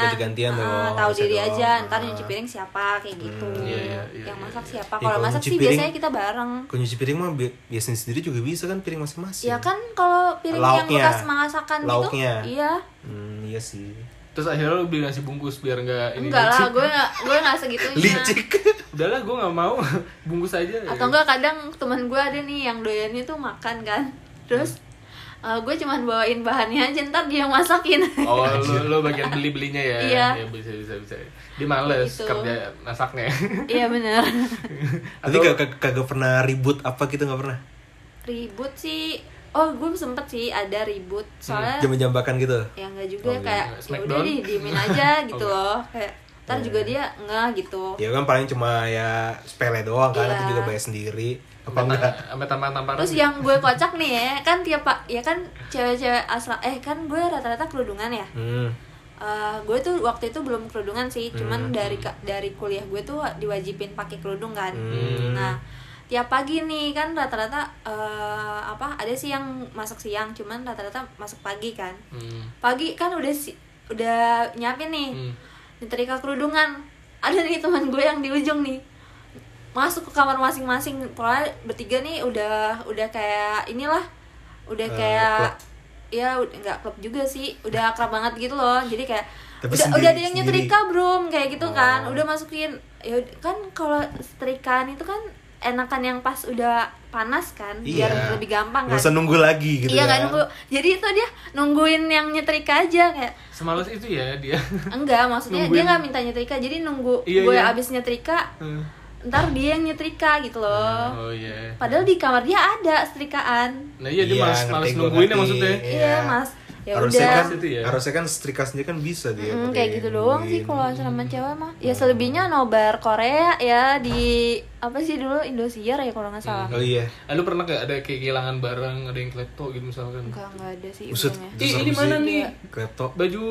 Ah,
ganti-gantian dong,
tahu
harusnya
diri
dong.
aja ntar
Ah. Hmm,
nyuci piring siapa kayak gitu
iya, iya, iya,
yang
iya,
masak
iya.
siapa
Ya,
kalau
kalau
masak
nyuci
sih
piring-
biasanya kita bareng
Kalau nyuci piring mah bi- biasanya sendiri juga bisa kan piring masing-masing.
Ya kan kalau piring yang
Lauknya.
bekas masakan
Lauknya.
gitu. Iya.
Hmm, iya sih.
terus akhirnya lu beli nasi bungkus biar nggak ini
Enggak lah,
licin.
gue gak, gue gak segitunya. *laughs*
Licik. *laughs*
udahlah gue nggak mau *laughs* bungkus aja ya.
Atau enggak kadang teman gue ada nih yang doyannya tuh makan kan. Terus eh, gue cuman bawain bahannya aja ntar dia yang masakin.
Oh, lo, lo bagian beli belinya ya?
Iya.
Ya, bisa bisa bisa. Dia males
Gitu.
kerja masaknya.
*laughs* Iya bener
Tapi
Atau-
kag- kag- kagak pernah ribut apa gitu nggak pernah.
Ribut sih. Oh, gue sempet sih ada ribut. Soalnya
Jam-jambakan gitu.
ya enggak juga
Oh,
kayak
Hmm, iya.
ya udah
Smackdown? iya.
deh diemin
*laughs*
aja gitu
Oh,
loh. Kayak ntar juga dia enggak gitu.
Iya.
Ya kan paling cuma ya sepele doang kan,
Iya.
itu juga bayar sendiri.
Sampai
Apa enggak?
tam- Sampai tampar tamparan.
Terus yang gue kocak nih ya, kan tiap pak, ya kan cewek-cewek asal, eh kan gue rata-rata kerudungan ya.
Hmm.
Eh, gue tuh waktu itu belum kerudungan sih,
Hmm.
cuman dari ka- dari kuliah gue tuh diwajibin pakai kerudung kan.
Hmm.
Nah tiap pagi nih kan rata-rata eh, apa ada sih yang masuk siang, cuman rata-rata masuk pagi kan.
Hmm.
Pagi kan udah si udah nyiapin nih,
Hmm.
nyetrika kerudungan. Ada nih teman gue yang di ujung nih masuk ke kamar masing-masing pokoknya bertiga nih udah udah kayak inilah udah
Eh,
kayak
klub.
ya ud- nggak klub juga sih udah akrab banget gitu loh jadi kayak
Tapi
udah
sendiri-
udah ada yang
sendiri.
nyetrika belum kayak gitu kan
Oh.
udah masukin ya ud- kan kalau setrikaan itu kan enakan yang pas udah panas kan biar
Iya.
lebih gampang
Nggak usah
kan
nunggu lagi gitu
iya
kan.
kan nunggu jadi itu dia nungguin yang nyetrika aja kayak
Semalas itu ya dia.
*laughs* enggak maksudnya dia
Nungguin.
nggak minta nyetrika jadi nunggu
Iya,
gue
iya.
abis nyetrika
Hmm.
ntar dia yang nyetrika gitu loh
Oh iya.
Padahal di kamar dia ada setrikaan.
Nah iya dia
Iya,
malas
ngerti,
malas
gua
nungguin ya
ngerti.
maksudnya.
Iya, Mas. Ya
harusnya
udah.
kan
Itu ya.
harusnya kan setrika sendiri kan bisa dia.
Mm,
pakai
kayak gitu doang sih
nungguin.
kalau asrama cewek mah. Ya selebihnya nobar Korea ya di apa sih dulu Indosiar ya kalau nggak salah.
Oh iya.
Ah, lu pernah gak ada kayak kehilangan barang, ada yang klepto gitu misalkan?
Enggak enggak ada sih
Buset.
untungnya. *laughs*
Ih,
Besar
ini
besi.
mana nih?
Iya.
Kreto.
Baju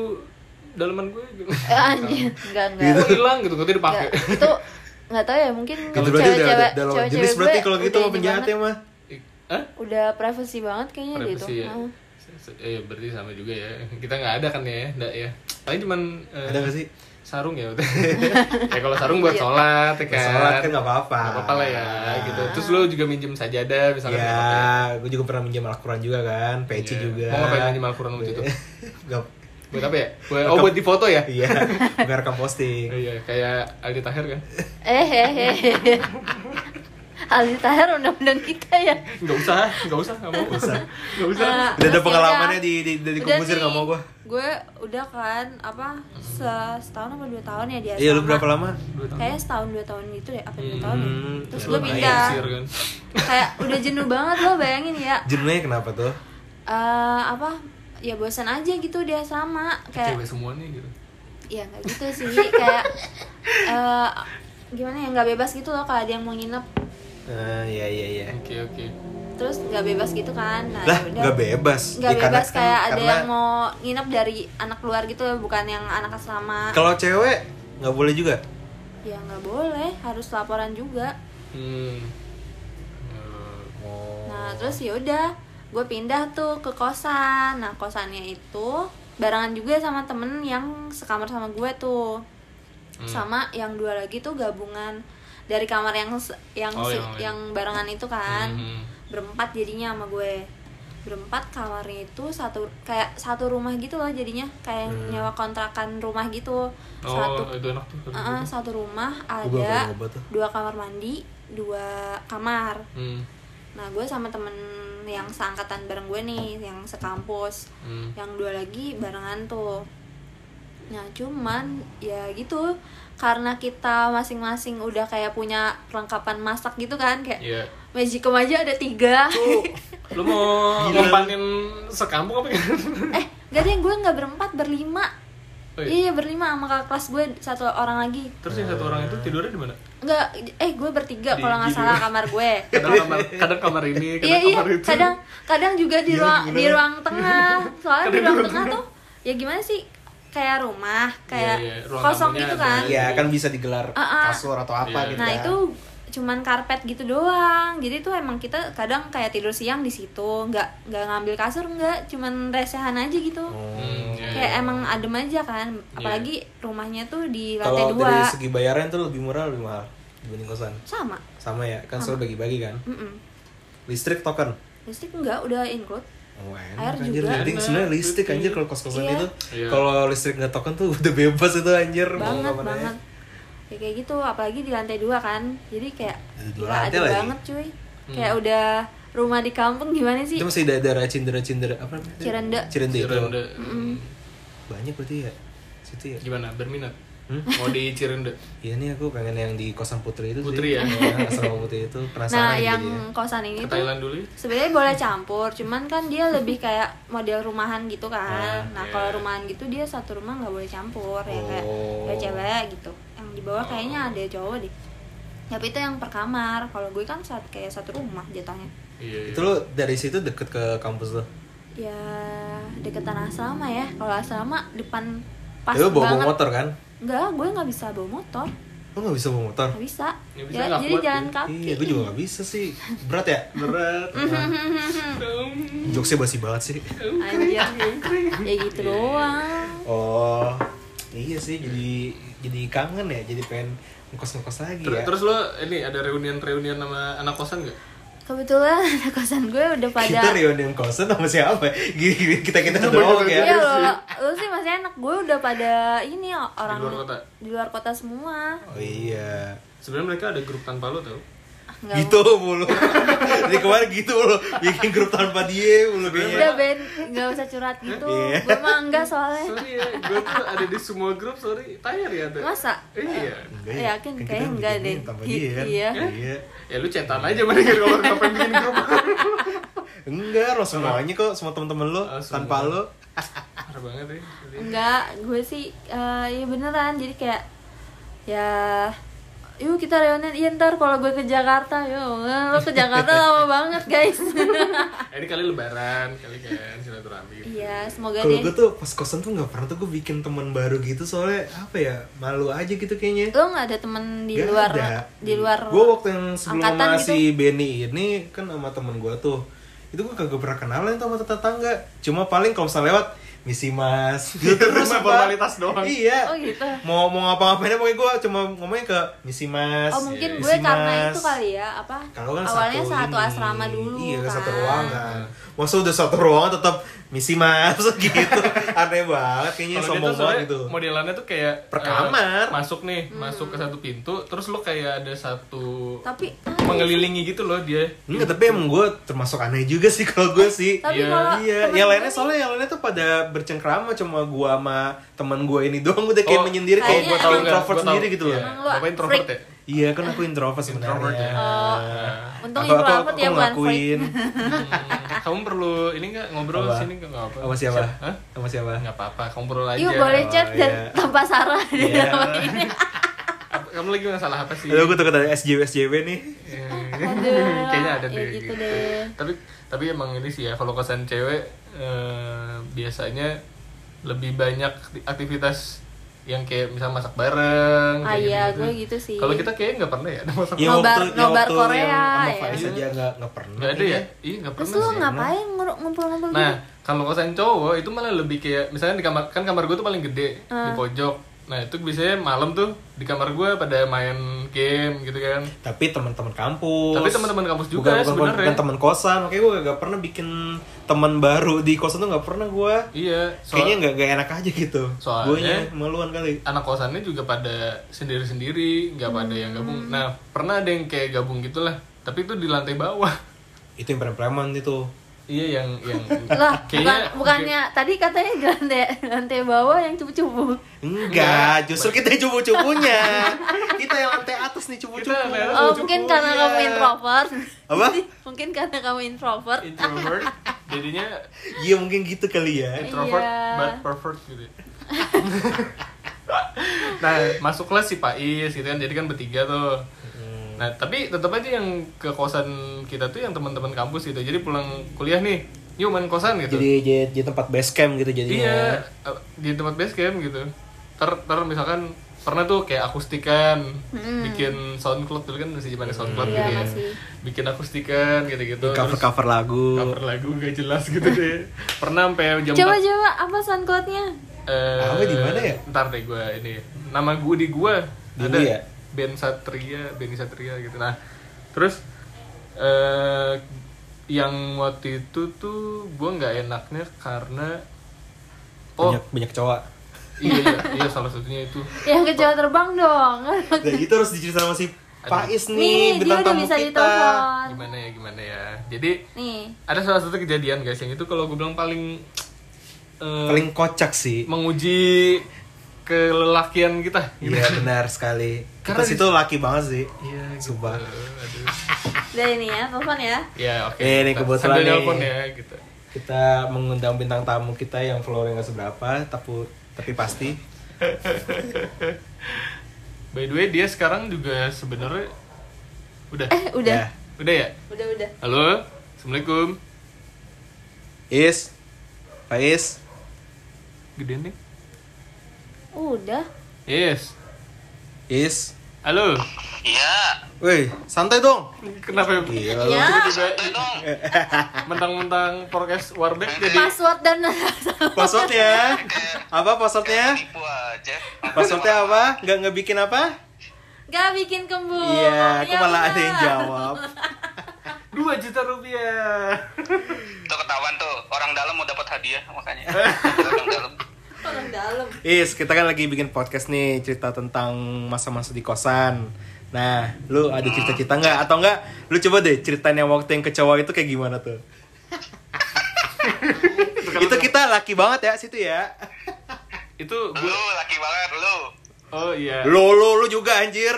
dalaman gue
*laughs*
gitu.
Eh, anjir, enggak enggak.
Kok hilang gitu, katanya
Enggak.
dipakai.
Itu enggak tahu ya mungkin
Itu Gitu berarti udah
cewek-cewek
udah lawan
cewek-cewek
jenis berarti
gue
kalau gitu
udah
sama
ini
penjahatnya
banget.
mah.
*laughs* Ih, Hah?
udah privacy banget kayaknya deh itu.
Privacy ya.
Iya, gitu. Heeh.
Se- se- Eh berarti sama juga ya. Kita nggak ada kan ya, enggak ya. Paling cuman eh,
Ada gak sih?
sarung ya udah *laughs* ya kalau sarung
Iya.
buat sholat ya kan
Sholat kan nggak apa-apa. Ah.
Nggak apa-apa lah ya gitu terus lo juga minjem sajadah misalnya
Ya, gue juga pernah minjem Al-Quran juga kan, peci
Iya.
juga.
mau ngapain minjem Al-Quran waktu
*laughs*
itu
Gak,
buat apa ya buat, oh buat di foto ya
iya, bukan rekam posting.
iya kayak Aldi Tahir kan
Eh, eh, eh, eh. Aldi Tahir undang-undang kita ya.
nggak usah nggak usah nggak mau nggak usah *laughs* nggak usah
Eh,
Udah ada
terus
pengalamannya
yaudah.
di di, di, di
Udah nih,
Kubusir nggak mau gue.
Gue udah kan apa se- setahun apa dua tahun ya dia.
Iya, lu berapa lama?
Dua tahun.
Kayaknya setahun dua tahun gitu deh, apa dua
Hmm,
tahun ya. Terus
ya
gue
lumayan
pindah.
Kusir kan
Kayak udah jenuh banget lo bayangin ya.
Jenuhnya kenapa tuh?
Eh, apa ya bosan aja gitu dia sama kayak
cewek semuanya gitu
ya nggak gitu sih kayak eh, gimana ya nggak bebas gitu loh kalau ada yang mau nginep
Eh, iya iya iya.
oke oke
terus nggak bebas gitu kan nah
Lah,
yaudah.
nggak bebas.
nggak
Ya, karena-
bebas kayak ada
karena
yang mau nginep dari anak luar gitu bukan yang anak asrama
Kalau cewek nggak boleh juga.
ya nggak boleh harus laporan juga
hmm
nah terus yaudah gue pindah tuh ke kosan nah kosannya itu barengan juga sama temen yang sekamar sama gue tuh
Hmm. Eh.
Hmm,
sama yang dua lagi tuh gabungan dari kamar yang se- yang
Oh,
se-
yang lain.
yang barengan itu kan
Hmm.
berempat jadinya sama gue berempat kamarnya itu satu kayak satu rumah gitu loh jadinya kayak nyawa kontrakan rumah gitu
oh
satu Eh,
itu enak tuh kalau
Heeh,
gitu.
satu rumah
Gua baru
ada
ngobat tuh.
dua kamar mandi dua kamar
hmm
nah gue sama temen yang seangkatan bareng gue nih yang sekampus
hmm
yang dua lagi barengan tuh nah cuman ya gitu karena kita masing-masing udah kayak punya perlengkapan masak gitu kan kayak
iya
Magicom aja ada tiga
Oh,
lu mau
Gila.
ngempanin sekampung apa kan
eh gak ada yang gue nggak berempat berlima
Oh iya.
iya berlima sama kakak kelas gue satu orang lagi
terus yang satu orang itu tidurnya di mana
nggak eh gue bertiga
Di-
kalau nggak
di
salah
luar.
kamar
*laughs*
gue
kadang kamar kadang kamar ini kadang
iya iya
kamar itu Iya,
kadang kadang juga di
Gila,
ruang
gila.
di ruang tengah soalnya di
Kadang
ruang
di ruang
tengah tuh ya gimana sih kayak rumah kayak
Iya, iya, ruang
kosong
tamunya
gitu
ada.
kan
*laughs* Iya, kan bisa digelar
Ah, ah.
kasur atau apa
Iya.
gitu.
nah
kan.
itu cuman karpet gitu doang jadi tuh emang kita kadang kayak tidur siang di situ nggak nggak ngambil kasur nggak cuman resehan aja gitu
Hmm, iya,
kayak
iya.
emang adem aja kan apalagi rumahnya tuh di lantai
Kalau
dua
dari segi bayaran tuh lebih murah lebih mahal dibanding kosan.
sama
Sama ya, kan
Ah.
selalu bagi-bagi kan.
Mm-mm.
Listrik token.
listrik enggak udah include
Wah,
Air
enak, anjir,
juga.
penting sebenarnya listrik anjir kalau kos-kosan
Iya.
itu.
Iya.
Kalau listrik nggak token tuh *laughs* udah bebas itu anjir. Mau
banget
kemana
banget ya kayak gitu apalagi di lantai dua kan jadi kayak
Di dua
gila
lantai
adem
lagi.
banget cuy kayak
Hmm.
udah rumah di kampung gimana
aja.
sih
Itu masih daerah cindera-cindera apa namanya?
Cirende.
Cirende itu.
Cirende.
Banyak berarti ya. Situ ya.
gimana berminat
Hmm?
mau di Cirende
Iya nih aku pengen yang di kosan putri itu
Putri
sih.
ya?
Iya, asrama putri itu penasaran gitu ya.
nah yang
jadinya.
kosan ini
ke
tuh
Thailand dulu ya
sebenarnya boleh campur cuman kan dia lebih kayak model rumahan gitu kan
Ah,
nah
iya.
kalau rumahan gitu dia satu rumah nggak boleh campur ya kayak
Oh.
ya cewek gitu yang di bawah kayaknya ada cowok deh tapi itu yang per kamar kalau gue kan saat kayak satu rumah jatuhnya
iya iya.
Itu lo dari situ deket ke kampus lo.
ya deketan asrama ya kalau asrama depan pas
Tapi lo bawa,
banget
bawa motor kan?
Enggak, gue nggak bisa bawa motor
Lo nggak bisa bawa motor?
nggak bisa,
Ya bisa,
Ya,
nggak
jadi
kuat
jalan
ya.
kaki
Iya, gue juga nggak bisa sih. Berat ya?
*laughs*
berat
Jokesnya basi banget sih.
Anjir.
Iya,
ya gitu doang
Oh, iya sih. Jadi jadi kangen ya. Jadi pengen ngekos-ngekos lagi
Ter-
ya.
terus lo ini ada reunian reunian sama anak kosan gak
kebetulan *laughs* anak kosan gue udah pada
kita reunian kosan sama siapa? Gini, gini kita kita
Itu
doang
Iya
bener-bener
ya.
lo, lo sih masih enak gue udah pada ini oh, orang
Di luar kota?
di luar kota semua
Oh iya.
sebenarnya mereka ada grup tanpa lo tau
Nggak
gitu mulu. Jadi kemarin gitu mulu bikin grup tanpa dia
udah
mulu kayaknya.
Ben nggak usah curhat gitu
Iya.
gue mah enggak soalnya
sorry ya gue tuh ada di semua grup sorry tayar ya ada
masa
iya
Enggak
Yakin?
Kan kita
Kayaknya enggak
bikinnya
deh.
Tanpa
Gi-
dia kan?
iya.
Iya.
ya lu cetan aja mereka kalau ngapain bikin *laughs* grup
Enggak, lo semuanya kok semua temen-temen lo
Oh,
tanpa
semua.
lo.
parah banget ya
enggak gue sih eh, ya beneran jadi kayak ya yuk kita reunian iya ntar kalau gue ke Jakarta yuk lo ke Jakarta lama banget guys *laughs*
Eh, ini kali lebaran kali kan silaturahmi gitu.
iya semoga
Kalau
dia
gue tuh pas kosan tuh nggak pernah tuh gue bikin teman baru gitu soalnya apa ya malu aja gitu kayaknya.
lo nggak ada temen di
Nggak
luar
ada.
di luar
Gue waktu yang sebelum
angkatan
sama
gitu.
si Benny ini kan sama temen gue tuh itu gue kagak pernah kenalan tuh sama tetangga. Cuma paling kalau misalnya lewat
*laughs*
misi mas
Gitu, cuma
Pak.
formalitas doang.
oh
iya
gitu
mau mau ngapa-ngapain pokoknya gue cuma ngomongnya ke misi mas
oh mungkin
Iya.
misi
gue karena
mas.
itu kali ya apa
Kalau kan
awalnya
satu,
satu,
ini.
asrama dulu
iya
kan
satu ruangan masa udah satu ruangan tetap misi mas *laughs* gitu aneh banget kayaknya
Kalau dia tuh
sombong
soalnya
banget gitu
modelannya tuh kayak
Per kamar.
eh, masuk nih, masuk ke satu pintu, terus lu kayak ada satu
Hmm. tapi ah,
mengelilingi gitu loh dia.
Enggak, tapi emang gue termasuk aneh juga sih kalau gue sih.
tapi
Iya.
kalau
Iya,
temen
yang lainnya
gue nih-
soalnya yang lainnya tuh pada bercengkrama cuma gua sama teman gua ini doang udah kayak
Oh,
menyendiri
oh,
kayak
gua
gua
tahu,
tahu
gua
introvert
tahu.
sendiri gitu
Iya.
loh.
Emang lu
Bapak introvert
freak.
ya?
Iya, kan aku introvert
Introvert
sebenarnya.
ya.
Oh, untung
Aku- aku-
introvert
aku
ya, bukan *laughs*
ngelakuin.
Hmm, kamu perlu ini nggak ngobrol
Apa?
sini nggak apa?
Sama siapa?
Hah?
Sama siapa?
Nggak apa-apa, kamu perlu aja.
Yuk Iya, boleh
Oh,
chat dan
iya.
tanpa saran di *laughs*
Iya.
dalam ini.
Apa- Kamu lagi masalah apa sih?
Lalu gue takut ada SJW SJW nih.
Eh,
Aduh,
*laughs* Kayaknya ada
ya
deh.
gitu deh.
Tapi tapi emang ini sih ya kalau kosan cewek eh, biasanya lebih banyak di- aktivitas yang kayak misal masak bareng.
Ah
kayak
iya,
gitu-gitu.
gue gitu sih.
Kalau kita kayaknya nggak pernah ya ada masak.
Iya. Nobar- nobar Korea,
sama
ya.
Faiz aja nggak nggak pernah.
Nggak ada ya? Iya nggak
Terus
pernah.
lu
sih.
ngapain ngur- ngumpul-ngumpul
Nah,
gitu?
kalau kosan cowok itu malah lebih kayak misalnya di kamar kan kamar gue tuh paling gede
Ah.
di pojok. Nah, itu biasanya malam tuh di kamar gue pada main game gitu kan.
Tapi teman-teman kampus.
Tapi teman-teman kampus juga ya
bukan, bukan, bukan,
sebenarnya.
bukan teman kosan. Makanya gue nggak pernah bikin teman baru di kosan tuh nggak pernah gue.
Iya, soal-
Kayaknya nggak nggak enak aja gitu.
Soalnya-
Guanya maluan kali.
anak kosannya juga pada sendiri-sendiri, nggak pada yang
Hmm.
gabung. Nah, pernah ada yang kayak gabung gitulah, tapi itu di lantai bawah. *laughs*
Itu yang preman itu.
Iya yang yang
gitu? Lah, bukan,
kayaknya
bukannya tadi katanya di lantai, lantai bawah yang cupu-cupu. Oh,
Enggak, justru kita yang cupu-cupunya. *laughs* kita yang lantai atas nih cupu-cupu.
Kita lantai atas.
Oh,
cupu,
mungkin karena
iya.
kamu introvert.
Apa?
*laughs* mungkin karena kamu introvert.
introvert, jadinya
Iya mungkin gitu kali ya.
introvert
Iya.
but pervert gitu. *laughs* nah, masuklah si Pais gitu kan, jadi kan bertiga tuh. Nah, tapi tetap aja yang ke kosan kita tuh yang teman-teman kampus gitu. Jadi pulang kuliah nih, yuk main kosan gitu.
Jadi jadi, jadi tempat base camp gitu jadinya.
Iya, eh, di tempat base camp gitu. Ter, ter misalkan pernah tuh kayak akustikan, bikin soundcloud dulu kan masih zaman soundcloud
Hmm. Iya,
gitu ya.
masih.
Bikin akustikan gitu-gitu.
Hmm. Cover
terus
cover lagu.
Iya. cover lagu gak jelas gitu deh.
*laughs*
Pernah sampai jam
Coba
empat-
coba apa soundcloudnya?
eh,
Apa, di mana ya?
Ntar deh gue ini. Nama gue di gue
Dulu
ada
ya?
Ben Satria, Benny Satria gitu. Nah, terus eh yang waktu itu tuh gue nggak enaknya karena oh
Banyak banyak cowok.
iya iya iya salah satunya itu
Yang ke Jawa Terbang dong.
Nah, itu harus diceritain sama si Pais
Nih,
nih,
dia udah
bintang tamu
bisa
kita.
ditelepon.
gimana ya gimana ya jadi
Nih.
ada salah satu kejadian guys yang itu kalau gue bilang paling eh,
Paling kocak sih.
menguji kelelakian kita gitu.
Iya benar sekali.
Karena
Kita
di-
situ laki banget sih.
Iya, gitu.
Sumpah.
Aduh.
Dari ini ya, telepon ya.
ya oke
Eh, ini
Nah,
kebetulan
sambil
nih.
nelpon ya gitu
Kita mengundang bintang tamu kita yang followernya nggak seberapa, tapi tapi pasti.
by the way dia sekarang juga sebenarnya udah
Eh, udah.
Ya.
udah ya
Udah, udah.
halo assalamualaikum
Is, Pais,
gede nih
Udah.
yes
Is.
halo
Iya,
Woi, santai dong.
kenapa
Gila lu.
Ya.
santai dong.
iya. mentang-mentang podcast warbeck jadi
Password dan *laughs*
Passwordnya? Apa passwordnya?
Tipu
Iya.
aja.
Passwordnya apa? Nggak nggak bikin apa?
Gak bikin kembung.
Iya, aku
Ya
malah ada yang
bener.
jawab.
dua juta rupiah
Tuh ketahuan tuh, orang dalam mau dapat hadiah
*laughs*
makanya. orang dalam.
*laughs* Orang dalam.
Is, kita kan lagi bikin podcast nih cerita tentang masa-masa di kosan. Nah, lu ada cerita-cerita nggak? Atau nggak? Lu coba deh ceritain yang waktu yang kecewa itu kayak gimana tuh? itu kita laki banget ya situ ya.
kan itu gue
Lu laki banget lu.
oh iya
Lo lo lo juga anjir.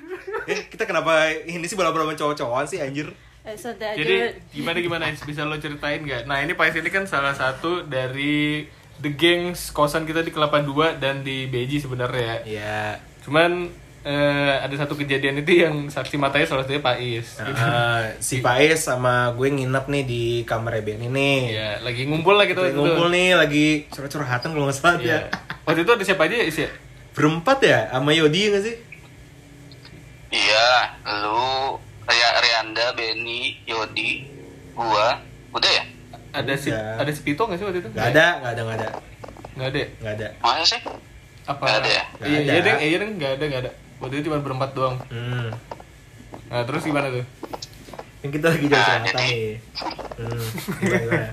*laughs* Eh, kita kenapa ini sih bola-bola cowok-cowokan sih anjir?
Eh, sudah
Jadi
aja.
gimana gimana Is? bisa lo ceritain nggak? Nah ini Pais ini kan salah satu dari the gengs kosan kita di Kelapa Dua dan di Beji sebenarnya. ya.
Iya.
Cuman eh, ada satu kejadian itu yang saksi matanya salah satunya Pais.
Nah, si Pais sama gue nginep nih di kamar Ben ini.
Iya, lagi ngumpul lah gitu. waktu
Kita
itu.
ngumpul nih ya. lagi curhat-curhatan kalau nggak salah
Iya.
dia.
Waktu itu ada siapa aja ya, Is ya?
Berempat ya sama Yodi nggak sih?
Iya, lu Ria Rianda, Benny, Yodi, gua. Udah ya?
ada si
Udah.
ada si Pito nggak sih waktu itu?
Gak ada, gak ada, gak ada,
Nggak ada. ya?
gak ada.
Masa sih?
Apa?
Nggak ada ya?
Iya, iya
Nggak ada.
deng, iya deng, nggak ada, nggak ada. Waktu itu cuma berempat doang.
Hmm.
Nah terus gimana tuh?
Yang kita lagi jalan
Nah,
selamatan
jadi-
nih. Hmm. gimana, *laughs* gimana?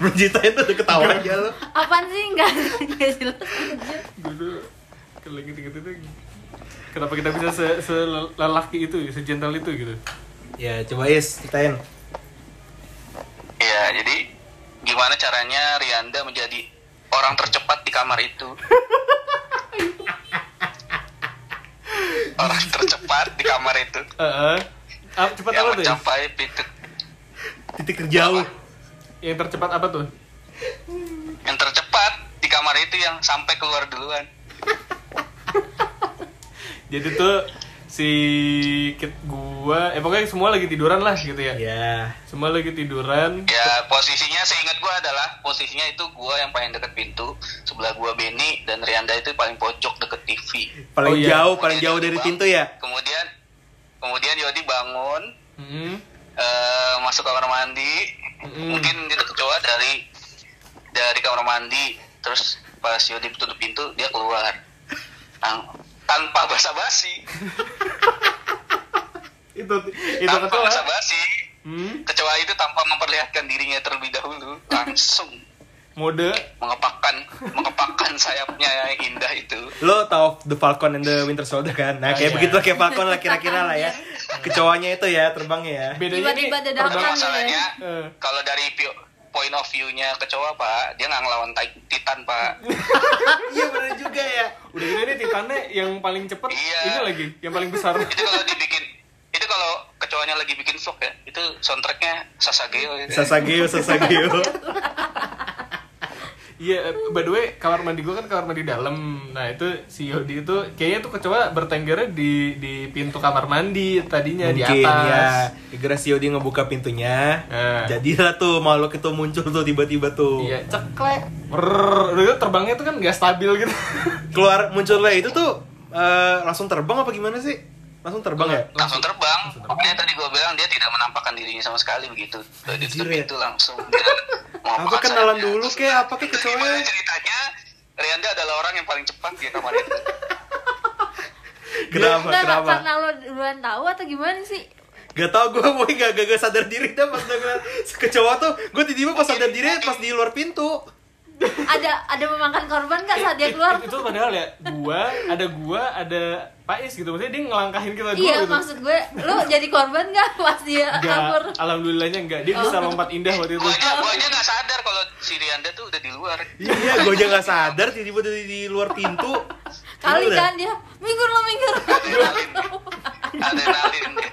Belum ceritain tuh udah ketawa aja lo.
Apaan sih enggak enggak jelas.
Dulu kalau inget-inget itu kenapa kita bisa se selelaki itu, sejental itu gitu?
Ya coba Is ceritain.
Iya, jadi gimana caranya Rianda menjadi orang tercepat di kamar
*laughs*
itu? orang tercepat di kamar itu
Heeh. Ah, cepat
yang
apa tuh? ya?
mencapai titik
Titik terjauh.
Yang tercepat apa tuh?
yang tercepat di kamar itu yang sampai keluar duluan.
Jadi tuh si kit gua, eh pokoknya semua lagi tiduran lah gitu ya.
Ya.
Semua lagi tiduran.
Ya posisinya seingat gua adalah posisinya itu gua yang paling deket pintu sebelah gua Benny dan Rianda itu paling pojok deket TV.
Paling
Oh, iya.
jauh, paling jauh
Kemudian Yodi
dari
bang-
pintu ya.
Kemudian kemudian Yodi bangun
Mm-mm.
eh, masuk kamar mandi.
Mm-mm.
Mungkin itu kecoa dari dari kamar mandi. Terus pas Yodi tutup pintu dia keluar Tang- tanpa basa-basi,
Itu itu
tanpa
ketua.
basa-basi.
Hmm.
Kecoa itu tanpa memperlihatkan dirinya terlebih dahulu langsung
Mode
mengepakkan mengepakkan sayapnya yang indah itu.
Lo tau The Falcon and the Winter Soldier kan? Nah kayak
Iya.
begitu lah, kayak Falcon lah kira-kira lah ya. Kecoanya itu ya terbangnya ya.
bedanya
Tiba-tiba
nih,
dadakan.
Tapi
terbang-
masalahnya
Eh.
kalau dari pi- point of view-nya kecoa pak, dia nggak ngelawan ti- Titan pak.
Iya benar juga ya.
Udah gitu nih titannya yang paling cepet
Iya.
ini lagi, yang paling besar.
Itu kalau dibikin itu kalau kecoanya lagi bikin vlog ya, itu soundtracknya Sasageo. Ya.
Sasageo, Sasageo.
Iya, by the way, kamar mandi gua kan kamar mandi dalam. Nah, itu si Yodi itu kayaknya tuh kecoa bertenggernya di di pintu kamar mandi tadinya Iya, di
Mungkin
atas.
ya Gara dia ngebuka pintunya
Eh.
Jadilah tuh makhluk itu muncul tuh tiba-tiba tuh
Iya, ceklek. Brrr, udah gitu terbangnya tuh kan gak stabil gitu.
Keluar munculnya itu tuh eh, Langsung terbang apa gimana sih? Langsung terbang ya?
Langsung terbang. Nah, Makanya tadi gue bilang dia tidak menampakkan dirinya sama sekali begitu. Kalau
Anjir,
ditutup
ya.
itu langsung dia
Apa
mengepakkan
kenalan
sayapnya.
dulu kayak apa kayak
Itu gimana
kecoanya?
ceritanya Rianda adalah orang yang paling cepat di kamar itu.
Kenapa?
Enggak enggak,
Kenapa?
karena lo duluan tahu atau gimana sih?
Gak tau gue mau gak, gak, gak sadar diri dah pas gue kecoa tuh Gue tiba-tiba pas sadar diri pas di luar pintu
Ada ada memakan korban enggak saat dia
*laughs*
keluar?
Itu, itu padahal ya gua, ada gua, ada Pais gitu. Maksudnya dia ngelangkahin kita dua
Iya,
gitu.
maksud gue lu jadi korban enggak pas dia
Enggak,
kabur? Oh. iya.
alhamdulillahnya enggak. Dia bisa lompat indah waktu itu.
Gue aja, gua aja gak sadar kalau si Rianda tuh udah di luar.
Iya gue aja gak sadar tiba-tiba di, di luar pintu
Kali
Gimana?
kan dia, minggur lo
*laughs*
minggur.
Adrenalin. Adrenalin dia.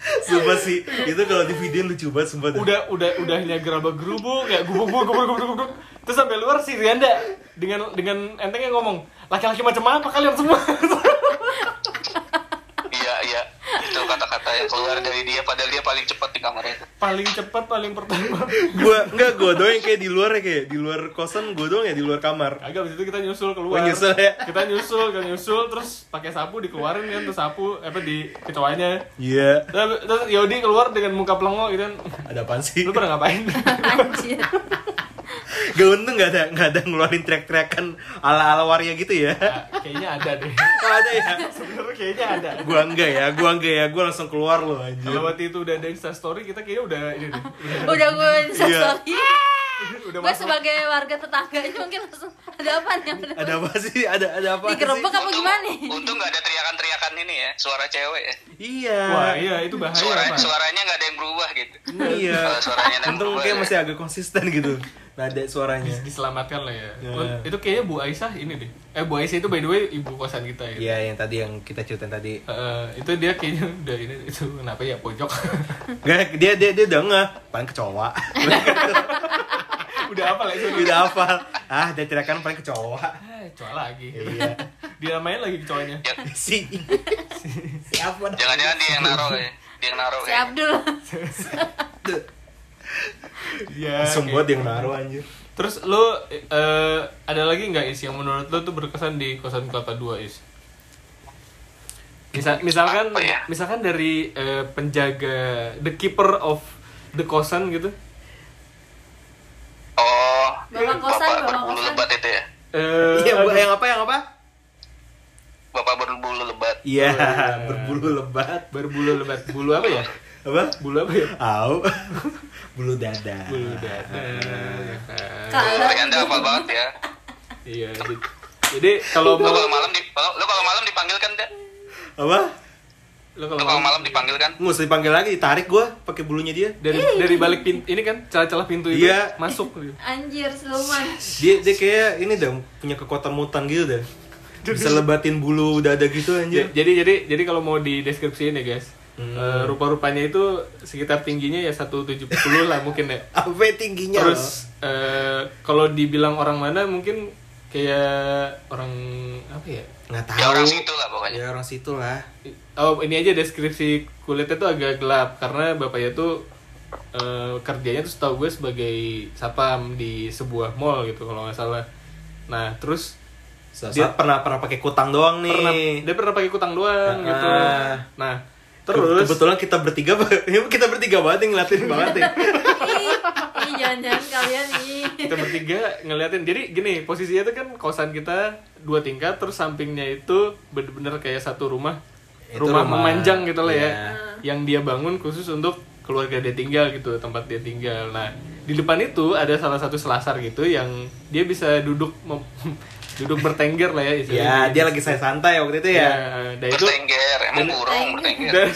Sumpah sih Itu kalau di video lucu banget sumpah tuh.
udah udah udahnya gerabak gerubuk ya gubuk gubuk gubuk gubuk gubuk terus sampai luar si Rianda dengan dengan entengnya ngomong laki-laki macam apa kalian semua *laughs*
Iya, iya. Itu kata-kata yang keluar dari dia padahal dia paling cepat di kamar itu.
paling cepat paling pertama
gue enggak gue doang yang kayak di luar ya kayak di luar kosan gue doang ya di luar kamar
agak abis itu kita nyusul keluar
Oh, nyusul ya?
kita nyusul kita nyusul terus pakai sapu dikeluarin kan terus sapu apa di kecoanya
iya
terus terus Yodi keluar dengan muka pelongo gitu kan
ada apaan sih
lu pernah ngapain *laughs*
Anjir.
gak untung gak ada gak ada ngeluarin teriak-teriakan ala ala waria gitu ya
Nah, kayaknya ada deh *laughs*
kalau ada ya
sebenarnya kayaknya ada
gue enggak ya gue enggak ya gue langsung keluar loh anjir
kalau waktu itu udah ada instastory kita kayaknya udah ini deh
Udah gue
Iya.
instastory.
udah
Gue
masuk
sebagai warga tetangganya mungkin langsung ada apa nih? Ada
ada apa sih ada ada apa sih
digerebek apa gimana?
Untung gak ada teriakan-teriakan ini ya, suara cewek ya.
iya
wah iya itu bahaya
Suara,
Pak.
suaranya gak ada yang berubah gitu.
iya
Kalau suaranya ada yang
untung
berubah.
kayak
ya.
masih agak konsisten gitu nada suaranya
diselamatkan lah ya.
Ya.
Oh, Itu kayaknya Bu Aisyah ini deh. Eh Bu Aisyah itu by the way ibu kosan kita ya.
iya yang tadi yang kita ceritain tadi
Eh, itu dia kayaknya udah ini itu kenapa ya pojok *laughs*
Gak, dia dia dia udah ngeh paling kecoa *laughs*
udah apa lagi
udah hafal ah dia teriakan paling kecoa
kecoa Eh, lagi
Iya.
dinamain lagi kecoanya
Ya,
si siapa dah?
Jangan-jangan dia yang naruh ya. Dia yang naruh
Si
ya.
Abdul.
iya
langsung
oke.
buat yang naruh anjir
terus lu eh, ada lagi nggak is yang menurut lu tuh berkesan di kosan kelapa 2 is Misal, misalkan
Apa ya?
misalkan dari eh, penjaga the keeper of the kosan gitu.
Oh,
Bapak kosan, bapak
berbulu
kosan.
lebat itu ya.
Eh,
Iya, Bu,
aduh.
yang apa yang apa?
Bapak berbulu lebat.
Iya,
iya.
berbulu lebat.
berbulu lebat bulu apa ya?
Apa?
Bulu apa ya?
Au. *laughs* bulu dada.
Bulu dada. ya kan?
Kalau
Ternyata apa banget ya.
Iya. jadi- Jadi kalau
Lo
mau
kalau malam di kalau- lo kalau malam dipanggil kan, Dek?
Apa?
lo
Lo
kalau
kalau
mau
malam dipanggil kan?
Mesti dipanggil lagi, tarik gua pakai bulunya dia.
dari dari balik pintu ini kan celah-celah pintu itu
Iya.
masuk
anjir siluman.
Dia dia kayak ini dah punya kekuatan mutan gitu dah. Bisa lebatin bulu dada gitu
Ja-
anjir.
jadi jadi jadi kalau mau di deskripsiin ya guys Eh, rupa-rupanya itu sekitar tingginya ya 170 lah mungkin ya
Apa tingginya?
terus eh, kalau dibilang orang mana mungkin kayak orang apa ya
lo? nggak tahu.
Ya orang situ lah pokoknya.
Ya orang situ lah.
oh ini aja deskripsi kulitnya tuh agak gelap karena bapaknya tuh eh, kerjanya tuh setahu gue sebagai satpam di sebuah mall gitu kalau nggak salah nah terus
Saat pernah pernah pakai kutang doang nih.
pernah dia pernah pakai kutang doang
Ah.
gitu nah
Terus
terus
kebetulan kita bertiga *laughs* kita bertiga banget nih ngeliatin banget
*laughs*
nih.
Ih, ih, jangan-jangan kalian nih.
kita bertiga ngeliatin jadi gini posisinya tuh kan kosan kita dua tingkat terus sampingnya itu bener-bener kayak satu rumah
Itu
rumah,
rumah.
memanjang gitu lah ya
Iya.
yang dia bangun khusus untuk keluarga dia tinggal gitu tempat dia tinggal nah di depan itu ada salah satu selasar gitu yang dia bisa duduk mem- *laughs* duduk bertengger lah ya Iya,
ya dia lagi saya santai waktu itu ya.
dan Nah, itu
Bertengger, emang burung bertengger.
dan,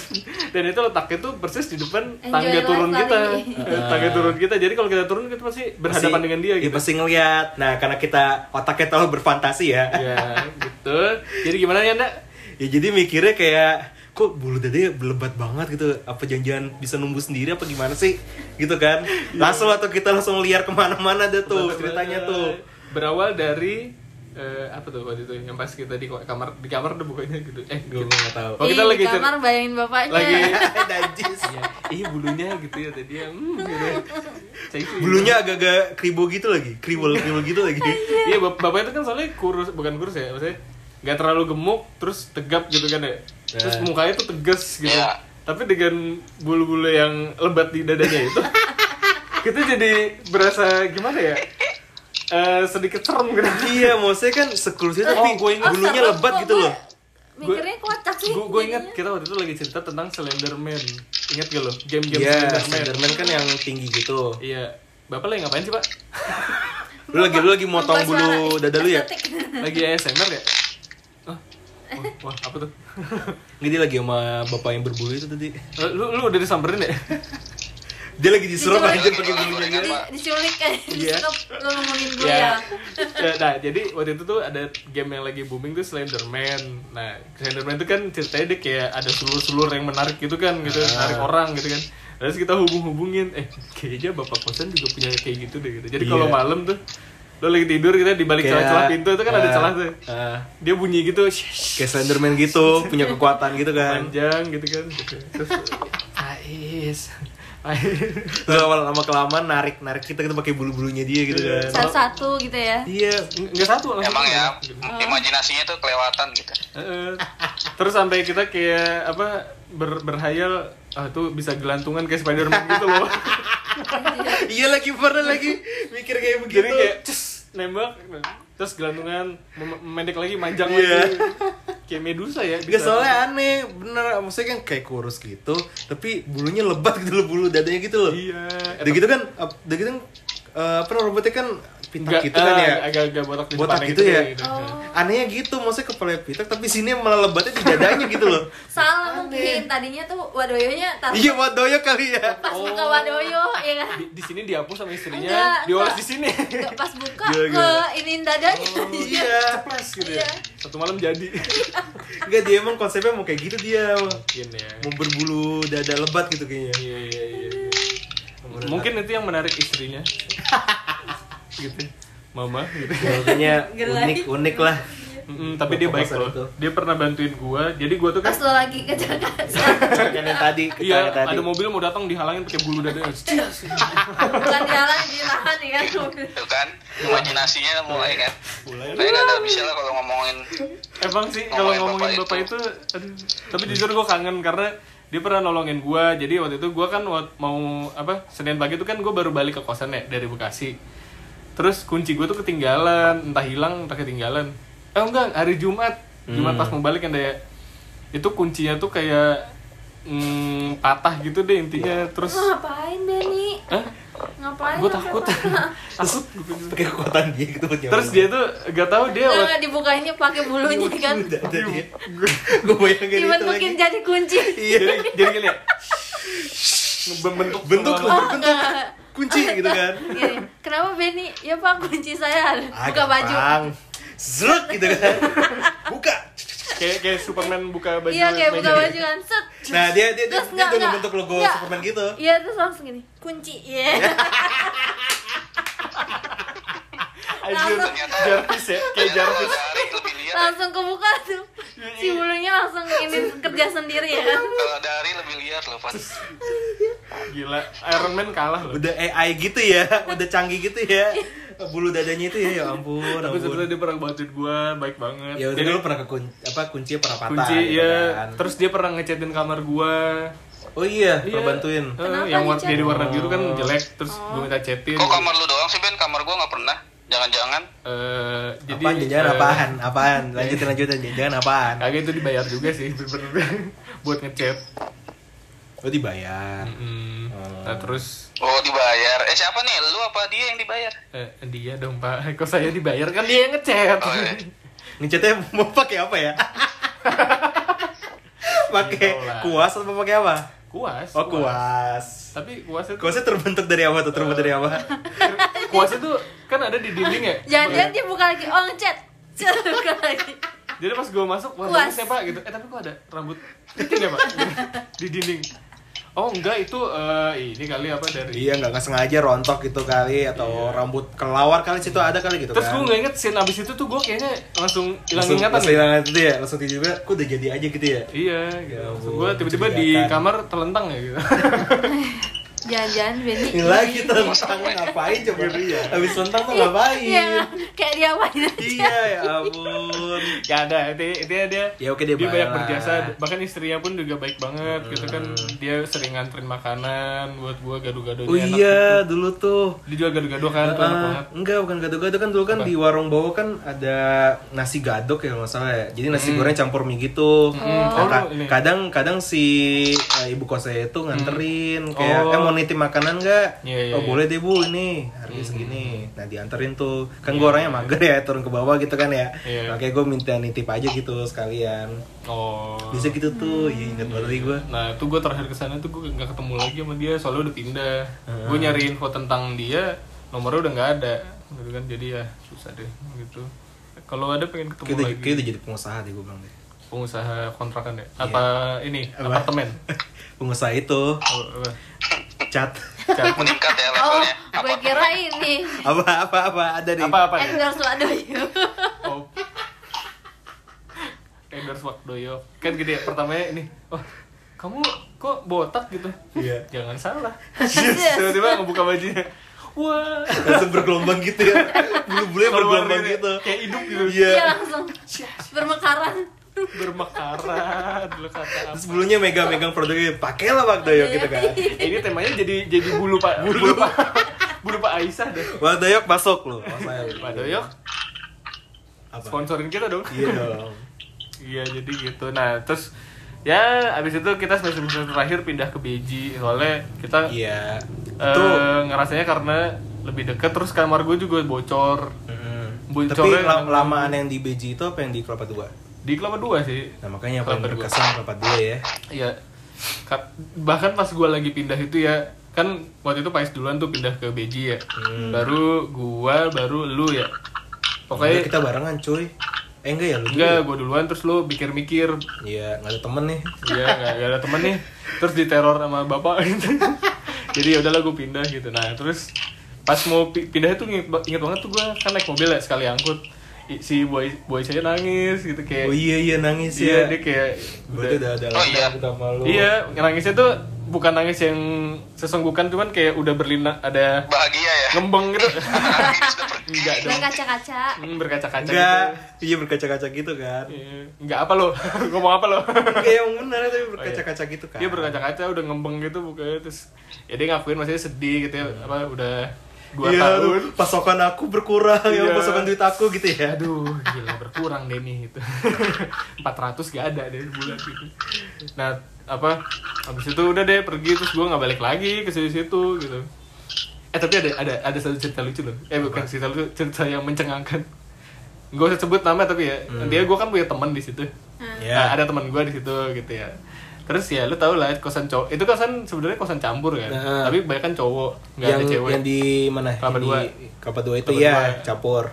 dan itu letaknya tuh persis di depan
Enjoy
tangga
life
turun
kali
kita
ini.
Eh, tangga turun kita jadi kalau kita turun kita pasti berhadapan
Pasti-
dengan dia
iya,
gitu
pasti ngeliat. Nah karena kita otaknya terlalu berfantasi ya. *laughs*
ya gitu jadi gimana ya ndak
ya jadi mikirnya kayak kok bulu dadanya berlebat banget gitu apa janjian bisa numbuh sendiri apa gimana sih gitu kan
Iya.
langsung atau kita langsung liar kemana-mana deh tuh ceritanya
*laughs*
tuh
berawal dari eh, apa tuh waktu itu yang pas kita di kamar di kamar udah bukannya gitu eh gitu.
gue nggak tahu
Oh, kita
Ih,
lagi
di
cer-
kamar bayangin bapaknya.
lagi
Najis.
ya, ih bulunya gitu ya tadi ya hmm,
*laughs*
gitu. Sexy.
bulunya agak-agak kribo gitu lagi kriwel kriwel gitu lagi
iya bap- bapak itu kan soalnya kurus bukan kurus ya maksudnya nggak terlalu gemuk terus tegap gitu kan ya terus
Nah.
mukanya tuh tegas gitu
Iya.
tapi dengan bulu-bulu yang lebat di dadanya itu *laughs* kita jadi berasa gimana ya Eh, sedikit serem gitu
iya maksudnya kan sekurus itu
Oh,
tapi
gua ingat.
bulunya
serem,
lebat
kok
gitu
gue
loh
Mikirnya kocak sih.
gue ingat kita waktu itu lagi cerita tentang Slenderman ingat gak lo game-game
Iya,
Slenderman
Slenderman kan yang tinggi gitu.
iya bapak lagi ngapain sih
*laughs*
pak
Lu lagi lu lagi motong bulu dada lu ya?
lagi ASMR ya Hah? Wah, wah, apa tuh? *laughs*
Ini dia lagi sama bapak yang berbulu itu tadi.
lu, lu udah disamperin ya?
*laughs*
Dia lagi disurup
Diculik.
aja pakai bulunya.
Di, diculik *laughs* kan,
Iya.
disuruh lu ngomongin gue
Iya.
Ya.
ya.
Ya, nah, jadi waktu itu tuh ada game yang lagi booming tuh Slenderman. Nah, Slenderman itu kan ceritanya dia kayak ada sulur-sulur yang menarik gitu kan, gitu,
Ah.
menarik orang gitu kan. Terus kita hubung-hubungin, eh kayaknya bapak kosan juga punya kayak gitu deh gitu. Jadi kalau
Iya.
malam tuh lo lagi tidur kita di balik
Kayak-
celah-celah pintu itu kan ada
eh,
celah tuh.
eh,
Dia bunyi gitu,
kayak Slenderman gitu, punya kekuatan gitu kan.
panjang gitu kan. Gitu. Terus Ais. Ais.
Terus lama-lama kelamaan narik-narik kita kita pakai bulu-bulunya dia gitu kan.
Satu-satu gitu ya.
Iya.
Enggak satu langsung.
Emang ya,
Gitu.
imajinasinya tuh kelewatan gitu.
Heeh. terus sampai kita kayak apa ber- berhayal ah tuh bisa gelantungan kayak Spiderman gitu
*laughs*
loh
Iya lagi pernah lagi mikir
jadi
kayak begitu.
kayak "Ces!" nembak terus gelantungan mem- mendek lagi manjang
Iya.
lagi kayak medusa ya
Gak soalnya aneh, bener maksudnya kan kayak kurus gitu, tapi bulunya lebat gitu loh bulu dadanya gitu loh.
iya
Udah gitu kan, ap- udah gitu kan, eh, apa namanya, robotnya kan pintar
Nggak-
gitu kan
ah,
ya.
agak-agak botak di
Botak
depannya
gitu ya.
deh, gitu.
Oh.
Anehnya gitu, maksudnya kepala pitak tapi sini malah lebatnya di dadanya gitu
*laughs*
loh.
Salah mungkin tadinya tuh wadoyonya taruh
Iya, wadoyo kali ya.
pas buka wadoyo ya kan.
di, di sini dihapus sama istrinya
Enggak,
dioles
enggak.
di
*laughs*
sini
*laughs*
Nggak, pas buka
Gila,
ke
gila.
ini dadanya.
Iya.
Ceplas gitu ya satu malam jadi
Enggak dia emang konsepnya mau kayak gitu dia
mungkin ya
mau berbulu dada lebat gitu kayaknya.
iya iya iya mungkin itu yang menarik
*laughs*
istrinya gitu mama gitu
Pokoknya
Gelai.
unik unik lah.
Mm-mm, tapi dia baik
Kelompok
loh.
kosan itu.
Dia pernah bantuin gua. Jadi gua tuh
*laughs* pas
kan
lo lagi kecelakaan
Kan yang tadi,
Iya,
yang tadi.
ada mobil mau datang dihalangin pakai bulu dada. Cias.
bukan jalan ditahan ya
Tuh kan, imajinasinya mulai kan. Tapi nggak ada bisa lah kalau ngomongin
Emang sih kalau ngomongin
Ngomongin
bapak ya.
bapak
itu, aduh. tapi jujur gue kangen karena dia pernah nolongin gue. Jadi waktu itu gue kan wak- mau apa Senin pagi itu kan gue baru balik ke kosan ya dari Bekasi. Terus kunci gue tuh ketinggalan, entah hilang entah ketinggalan. Eh enggak, hari Jumat.
Hmm.
Jumat pas mau balik kan deh. Itu kuncinya tuh kayak mm, patah gitu deh intinya. Terus
ngapain Benny
Hah?
ngapain
gue
sampai *laughs*
takut,
*laughs*
patah?
takut.
Pakai kekuatan dia gitu buat
Terus dia tuh gak tahu dia
Nggak, nggak dibukainnya pakai bulunya
Iya,
kan
Iya.
Gue bayangin itu lagi.
dibentukin jadi
*laughs*
kunci
Iya.
jadi jadi gini ya bentuk
Oh,
Bentuk
sama-
loh, bentuk
nggak.
kunci gitu kan.
Gini, kenapa Benny ya pak kunci saya
Ah,
buka baju
gampang. Zrek gitu kan. Buka.
kayak kayak Superman buka baju
iya kayak buka
meja.
baju kan set
Nah, dia dia dia,
Terus
dia
nggak,
tuh
nggak.
membentuk logo
Nggak.
Superman gitu.
iya terus langsung gini kunci iya
*laughs*
Anjir,
Ternyata-
Jarvis ya kayak
ternyata
Jarvis
kalau dari lebih liar ya.
langsung kebuka tuh
Iya,
si bulunya langsung ini kerja sendiri ya
*laughs*
kan
kalau dari lebih liar loh Pan.
Iya, gila Iron Man kalah loh
Udah AI gitu ya, udah canggih gitu ya. Bulu dadanya itu ya, ya ampun,
tapi sebetulnya
ampun.
dia pernah bantuin gue baik banget
Ya udah
Jadi,
lu pernah ke kunci, apa kuncinya pernah patah.
kunci
gitu
iya
kan.
terus dia pernah ngecatin kamar gue
Oh iya, pernah bantuin. Oh.
Kenapa Oh.
yang warna
dicat?
jadi warna biru kan jelek terus gue minta chatin
Kok kamar lu doang sih Ben? Kamar gua nggak pernah. Jangan-jangan.
Eh, jadi
apaan jajan
eh,
apaan? Apaan? Lanjutin lanjutin jajan
*laughs*
apaan?
kagak itu dibayar juga sih bener-bener *laughs* buat ngechat
Oh dibayar.
Mm. Nah, terus
Oh dibayar. Eh siapa nih? Lu apa dia yang dibayar?
Eh, dia dong pak, *laughs* kok saya dibayar kan dia yang ngechat
Oh, iya.
Ngecatnya *laughs* mau pakai apa ya? pakai
Gitu lah.
kuas atau pakai apa?
*laughs* Kuas
Oh kuas.
Tapi kuas itu
Kuasnya terbentuk dari apa tuh? Terbentuk dari apa?
Kuas itu kan ada di dinding
*laughs*
ya
jangan-jangan Iya, dia buka lagi oh ngecat *laughs* Cet, buka lagi
Jadi pas gue masuk, wah
Kuas.
bagusnya pak gitu Eh tapi kok ada rambut putih ya pak? *laughs* di dinding Oh enggak itu eh, ini kali apa dari
*laughs* Iya nggak nggak sengaja rontok gitu kali atau rambut kelawar kali situ ada kali gitu
Terus
kan.
gue nggak inget scene abis itu tuh gue kayaknya langsung hilang
langsung
ingatan
langsung
deh.
hilang ingatan gitu ya, langsung tiba-tiba kok udah jadi aja gitu ya.
Iya, gitu.
Ya ampun,
gue tiba-tiba di
mencurigakan.
kamar telentang ya gitu. *laughs*
jangan-jangan Benny
Ini lagi tentangnya ngapain coba dia? Habis tentang tuh
Iya,
ngapain?
kayak dia main aja
Iya ya ampun.
ya ada, intinya intinya dia
Ya oke dia
dia banyak
bayar lah.
berjasa bahkan istrinya pun juga baik banget gitu kan dia sering nganterin makanan buat gua gado-gado
Hmm. Oh iya dulu tuh.
dia jual gado-gado kan tuh enak
Ah,
banget
enggak bukan gado-gado kan dulu kan di warung bawah kan ada nasi gadok ya kalau nggak salah ya. Jadi nasi goreng campur mie gitu. Nah,
Oh,
ka-
ini.
kadang kadang si eh, ibu kosnya itu nganterin kayak
Oh.
eh mau nitip makanan nggak?
Iya, iya, Mm.
oh
iya.
boleh deh bu ini harganya segini. Nah dianterin tuh kan gue orangnya mager ya turun ke bawah gitu kan ya.
Iya.
Makanya gue minta nitip aja gitu sekalian.
oh
Bisa gitu tuh. Iya ingat banget tadi gue.
nah tuh gua terakhir kesana tuh gua nggak ketemu lagi sama dia soalnya udah pindah gua nyari info tentang dia nomornya udah nggak ada gitu kan jadi ya susah deh gitu kalau ada pengen ketemu
Kita
lagi
kita jadi pengusaha deh gue bilang deh. *laughs*
pengusaha kontrakan ya
Iya.
apa ini apartemen
Pengusaha itu
Apa- apa?
cat
Cat-
Meningkat ya
Oh,
levelnya. Apa?
gue kira ini Eh,
apa *laughs* apa apa Iya. ada deh.
apa apa ya?
Endorse Wadoyo
Oh. Endorse Wakdoyo. Kan gede ya, pertamanya ini. Oh, kamu kok botak gitu?
Iya.
Jangan salah. *laughs* Tiba-tiba ngebuka bajunya. Wah.
langsung bergelombang gitu ya bulu-bulunya
Keluar
bergelombang
gini,
gitu
Kayak hidup gitu.
iya
Dia langsung bermekaran
Bermekaran dulu kata apa.
terus bulunya megang-megang produknya pakailah Pak Doyok gitu kan
Ini temanya jadi jadi bulu Pak. Bulu, Pak. *laughs* Bulu Pak Aisyah deh.
Pak Doyok masuk loh Iya.
Pak Doyok
apa
sponsorin kita dong.
iya dong
Iya jadi gitu. Nah terus ya abis itu kita semester terakhir pindah ke Beji soalnya kita
iya
Eh,
itu
ngerasanya karena lebih deket terus kamar gue juga bocor
mm,
Bu-
tapi
coba-
la- lamaan yang di BG itu apa yang di Kelapa Dua
di kelapa dua sih
nah makanya apa yang
Kelapa Dua.
berkesan Kelapa Dua ya
Iya. Ka- bahkan pas gue lagi pindah itu ya kan waktu itu Pais duluan tuh pindah ke Beji ya baru gua baru lu ya
Enggak,
pokoknya
kita barengan cuy eh enggak ya lu dulu
enggak gue duluan terus lu mikir-mikir
iya nggak ada temen nih
Iya, gak, ada temen nih. Terus diteror sama bapak gitu. Jadi ya udahlah gue pindah gitu. Nah, terus pas mau pi- pindah itu inget, ba- inget banget tuh gue kan naik mobil ya sekali angkut. i- si boy boy saya nangis gitu kayak
oh iya iya nangis
iya
ya
dia kayak
berarti udah ada
Oh,
lama
iya.
kita sama lu
iya nangisnya tuh bukan nangis yang sesenggukan cuman kayak udah berlina ada
Bahagia ya.
ngembeng gitu
Akhirnya sudah pergi.
enggak
Dan
dong
kaca-kaca
Hmm, berkaca-kaca
enggak
gitu.
iya berkaca-kaca gitu kan
Iya. enggak apa lo *laughs* ngomong apa lo
kayak Iya, yang benar tapi berkaca-kaca gitu
Oh,
kan
iya. dia berkaca-kaca udah ngembeng gitu bukannya terus ya dia ngakuin maksudnya sedih gitu ya apa udah dua
Iya,
tahun
tuh, pasokan aku berkurang ya
Iya.
pasokan duit aku gitu ya
aduh gila berkurang deh nih gitu *laughs* 400 gak ada deh bulan gitu nah apa habis itu udah deh pergi terus gue nggak balik lagi ke situ situ gitu eh tapi ada ada ada satu cerita lucu loh eh bukan cerita lucu cerita yang mencengangkan gak usah sebut nama tapi ya
Hmm.
dia gue kan punya teman di situ Nah,
ya
ada teman gue di situ gitu ya terus ya lu tau lah kosan cowok itu kosan sebenarnya kosan campur kan
Nah.
tapi banyak kan cowok nggak
yang
ada cewek
yang di mana
Kelapa
Yang
dua.
di kelapa dua itu
Kelapa
ya
dua.
capur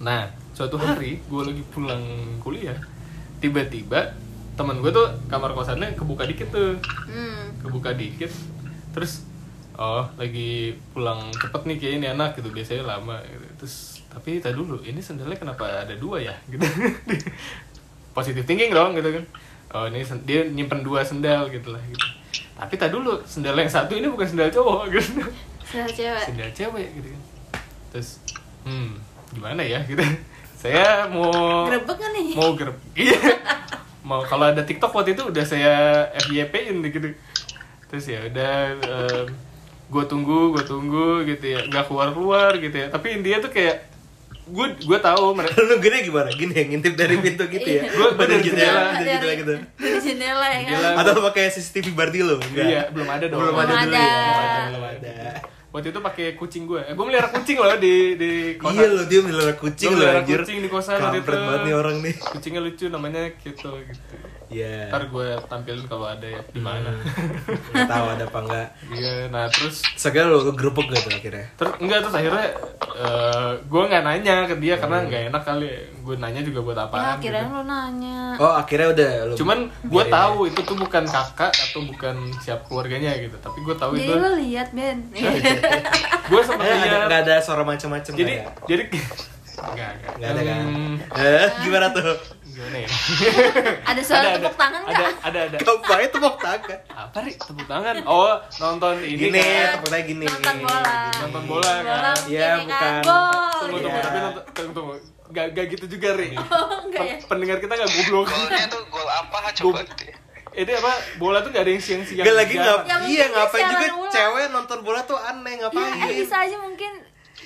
Nah, suatu hari gue lagi pulang kuliah, tiba-tiba teman gue tuh kamar kosannya kebuka dikit tuh,
hmm.
kebuka dikit, terus oh lagi pulang cepet nih kayaknya ini anak gitu biasanya lama gitu. terus tapi tadi dulu ini sendalnya kenapa ada dua ya *laughs* gitu positive thinking dong gitu kan oh ini sen- dia nyimpen dua sendal gitu lah gitu tapi tadi dulu sendal yang satu ini bukan sendal cowok *laughs* gitu
Sendal cewek
sendal cewek gitu kan terus hmm gimana ya gitu *laughs* saya mau
Grebek nggak nih?
mau grab iya mau kalau ada TikTok waktu itu udah saya FYP in gitu terus ya udah gue tunggu gue tunggu gitu ya nggak keluar keluar gitu ya tapi dia tuh kayak gue gue tahu mereka
*laughs* lu gini gimana gini yang ngintip *laughs* dari pintu gitu ya
Gua- gua dari
gitu
jendela,
ya gitu gitu
dari jendela ya kan?
Jendela.
atau pakai CCTV Bardilo enggak
Iya, belum ada dong.
belum ada
Belum
dulu
ada.
ya belum
Belum
ada
waktu itu pakai kucing gue eh, gue melihara kucing loh di di kosan
iya lo dia melihara kucing
Gua
lo
melihara
anjir
kucing di kosan waktu
kampret
itu.
banget nih orang nih
kucingnya lucu namanya gitu gitu
iya Hmm.
ntar gue tampilin kalau ada ya di mana
nggak tahu ada apa enggak
iya nah terus
Sekarang lo gerupuk gak tuh gitu akhirnya
terus enggak terus akhirnya gue nggak nanya ke dia
Hmm.
karena nggak enak kali gue nanya juga buat
ya
apaan
kirain lu
gitu.
nanya
oh akhirnya udah lo
cuman
Iya,
gue
Eh,
tahu itu tuh bukan kakak atau bukan siap keluarganya gitu tapi gue tahu itu
jadi lu lihat
*laughs*
Ben
Iya,
gue sempet
Eh, ada,
lihat
nggak ada suara macam-macam
jadi
nggak ada?
jadi *laughs* enggak enggak
nggak ada kan
Hmm,
eh gimana tuh
gimana ya
*laughs* ada suara tepuk tangan
ada
nggak
ada ada
Kampanye tepuk tangan
apa ri tepuk tangan oh nonton ini
Gini,
kan.
tepuk tangan gini
Nonton bola.
nonton bola
Bola
kan
mungkin
Iya,
ya kan?
bukan.
Gol.
tunggu tunggu
Iya.
tapi nonton tunggu tunggu gak, gak gitu juga ri
oh enggak ya
Pen- pendengar kita gak goblok
Golnya tuh gol apa coba?
Gua- ini apa bola tuh gak ada yang siang-siang
Gak lagi
Jarang.
ngap
Ya, mungkin
iya
dia
ngapain
siaran
juga
ulang.
cewek nonton bola tuh aneh
ya
ngapain
eh bisa aja mungkin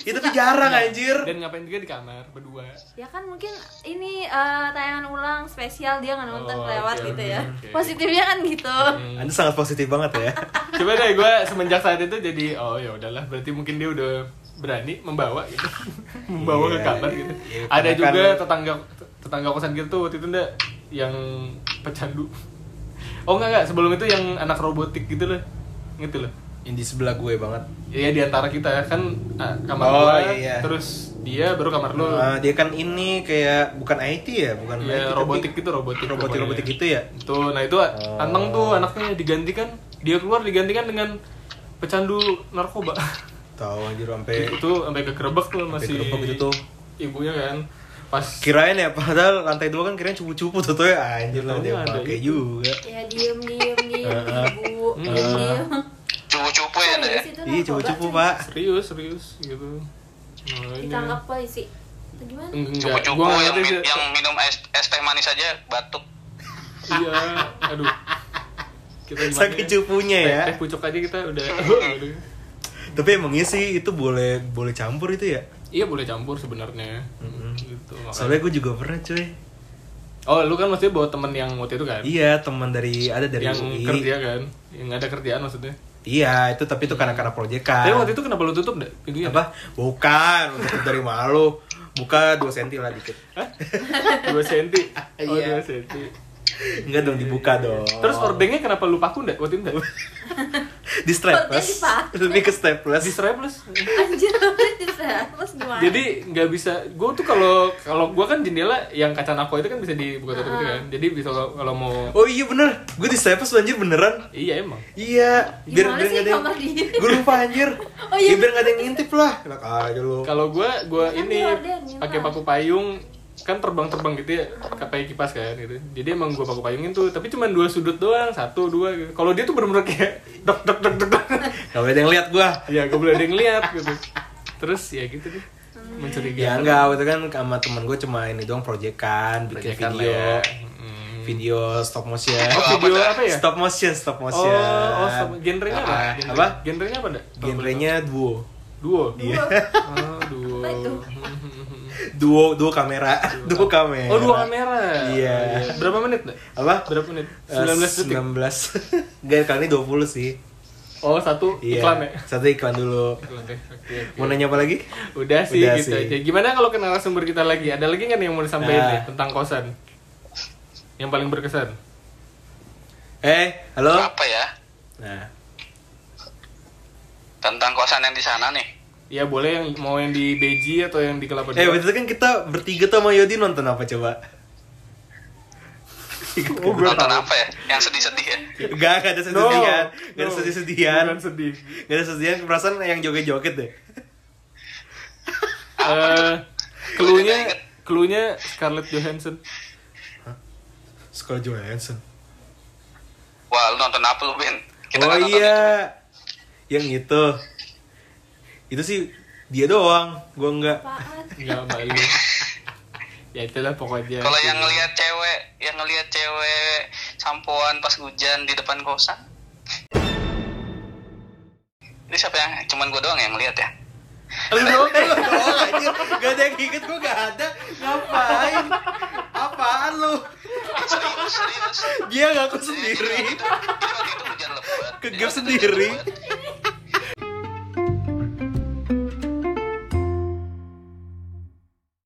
itu tuh jarang anjir
dan ngapain juga di kamar berdua
ya kan mungkin ini eh, tayangan ulang spesial dia nggak nonton
Oh,
lewat
oke,
gitu
oke,
ya
oke. Hmm.
positifnya kan gitu
anda sangat positif banget
*laughs*
ya
coba deh gue semenjak saat itu jadi oh ya udahlah berarti mungkin dia udah berani membawa gitu *laughs* membawa
Iya,
ke kamar gitu
iya,
ada
karena
juga
kan-
tetangga tetangga kosan kita tuh waktu itu ndak yang pecandu oh enggak enggak sebelum itu yang anak robotik gitu loh gitu loh
yang di sebelah gue banget
ya di antara kita kan ah, kamar
Oh,
gua,
iya.
terus dia baru kamar lu
Ah, dia kan ini kayak bukan IT ya bukan IT,
ya
tapi
robotik gitu robotik
robotik robotik
pokoknya.
gitu ya Oh.
itu nah itu anteng tuh anaknya digantikan dia keluar digantikan dengan pecandu narkoba
tahu anjir sampai
*laughs* itu sampai ke kerebek tuh masih
kegerebek itu gitu tuh.
ibunya kan pas
kirain ya padahal lantai dua kan kirain cupu-cupu tuh tuh ya anjir lah dia
Tahunya ada
pakai
itu.
juga
ya diem diem
Eh,
diem
Heeh.
ibu
Hmm.
diem diem
Cupu-cupu ya Nda, ya.
Polisi tuh
iya
narkoba,
cupu-cupu
cuy.
pak
serius serius gitu nah, ini-
ditangkap polisi Atau gimana
enggak
Cupu-cupu
gua nggak
yang,
ngerti
min-
sih.
yang minum es, es teh manis aja batuk.
iya aduh kita
*laughs*
gimana
Saking cupunya
Teh-
ya.
teh pucuk aja kita udah *laughs* Aduh.
tapi emangnya sih itu boleh boleh campur itu ya
iya boleh campur sebenarnya gitu makanya.
Mm-hmm. soalnya gue juga pernah cuy
oh lu kan maksudnya bawa temen yang waktu itu kan
iya teman dari ada dari
yang
UI.
kerja kan yang ada kerjaan maksudnya
iya itu tapi itu karena karena proyekan
tapi waktu itu iya. kenapa lu tutup deh pintunya
Ah. apa bukan tutup dari malu buka 2 cm lah dikit
*laughs* dua senti oh
*laughs* Iya. Oh.
dua senti
enggak dong dibuka dong
terus ordengnya kenapa lu paku ndak waktu itu
*laughs*
ndak
di strapless
Kok
*laughs* lebih ke strapless
di strapless
anjir *laughs* terus gimana
Hmm. jadi nggak bisa gue tuh kalau kalau gue kan jendela yang kaca nako itu kan bisa dibuka tutup gitu kan jadi bisa kalau- kalau mau
oh iya bener gue di strapless lu anjir beneran
iya emang
iya biar
Gimana
biar
sih
nggak ada yang
kamar dia?
gue lupa anjir
*laughs* Oh iya.
Ya, biar nggak ada yang ngintip lah enak aja lu
kalau gue gue
Kan
ini
di ordengnya,
pakai
Pak.
paku payung kan terbang-terbang gitu ya kayak kipas kan gitu jadi emang gua paku payungin tuh tapi cuma dua sudut doang satu dua gitu. kalau dia tuh bener-bener kayak *laughs* dok dok dok dok dok.
Gak boleh ada yang lihat gua.
ya gak boleh ada yang lihat gitu terus ya gitu deh mencurigakan
Ya enggak, waktu itu kan sama temen gue cuma ini doang proyekan, bikin
Proyekan lah
video,
ya.
Hmm. video stop motion,
oh video apa ya
stop motion, stop motion.
oh oh stop. genrenya apa
Ah,
Genre-
apa?
genrenya apa dah
Genrenya duo, Iya.
duo
Dua.
oh duo
Apa
*laughs*
itu?
*laughs* duo, duo kamera, duo kamera.
oh duo kamera
Iya.
berapa menit dah
Apa?
berapa menit
Eh,
19 detik
19. *laughs* Enggak, kali ini 20 sih.
oh satu
Iya.
iklan ya Iya.
Satu iklan dulu.
Iklan deh. Oke, oke.
Mau nanya apa lagi?
Udah sih
Udah
gitu
sih.
aja. Gimana kalau ke narasumber kita lagi? Ada lagi nggak nih yang mau disampaikan
Nah.
nih tentang kosan? Yang paling berkesan.
Eh, halo.
Apa ya?
Nah,
Tentang kosan yang di sana nih.
Ya boleh yang mau yang di Beji atau yang di Kelapa
eh
Dua.
waktu itu kan kita bertiga tuh sama Yodi nonton apa coba?
oh, gue
Nonton
tahu.
apa kan? ya? Yang sedih-sedih ya.
Gak, gak ada
Iya. No,
sedih-sedihan Gak ada
no.
sedih-sedihan
Bukan sedih.
Gak ada sedih perasaan yang joget-joget deh
Eh,
Gua juga
Cluenya
inget.
cluenya Scarlett Johansson.
Scarlett Johansson
Wah, lu nonton apa lu, Ben?
Oh
nggak nonton
iya
itu.
Yang itu Itu sih dia doang Gue enggak
Apaan?
Enggak malu. ya itulah pokoknya.
Kalau yang ngelihat cewek, yang ngelihat cewek sampoan pas hujan di depan kosan. Ini siapa yang cuman gue doang yang ngelihat ya?
Lu doang kan?
Oh anjir Gak ada yang inget gue gak ada Ngapain Apaan lu
Serius, serius.
Dia ngaku
Jadi waktu
sendiri
itu- jadi waktu itu hujan lebat.
Kegep
Jadi waktu itu
sendiri.
hujan lebat.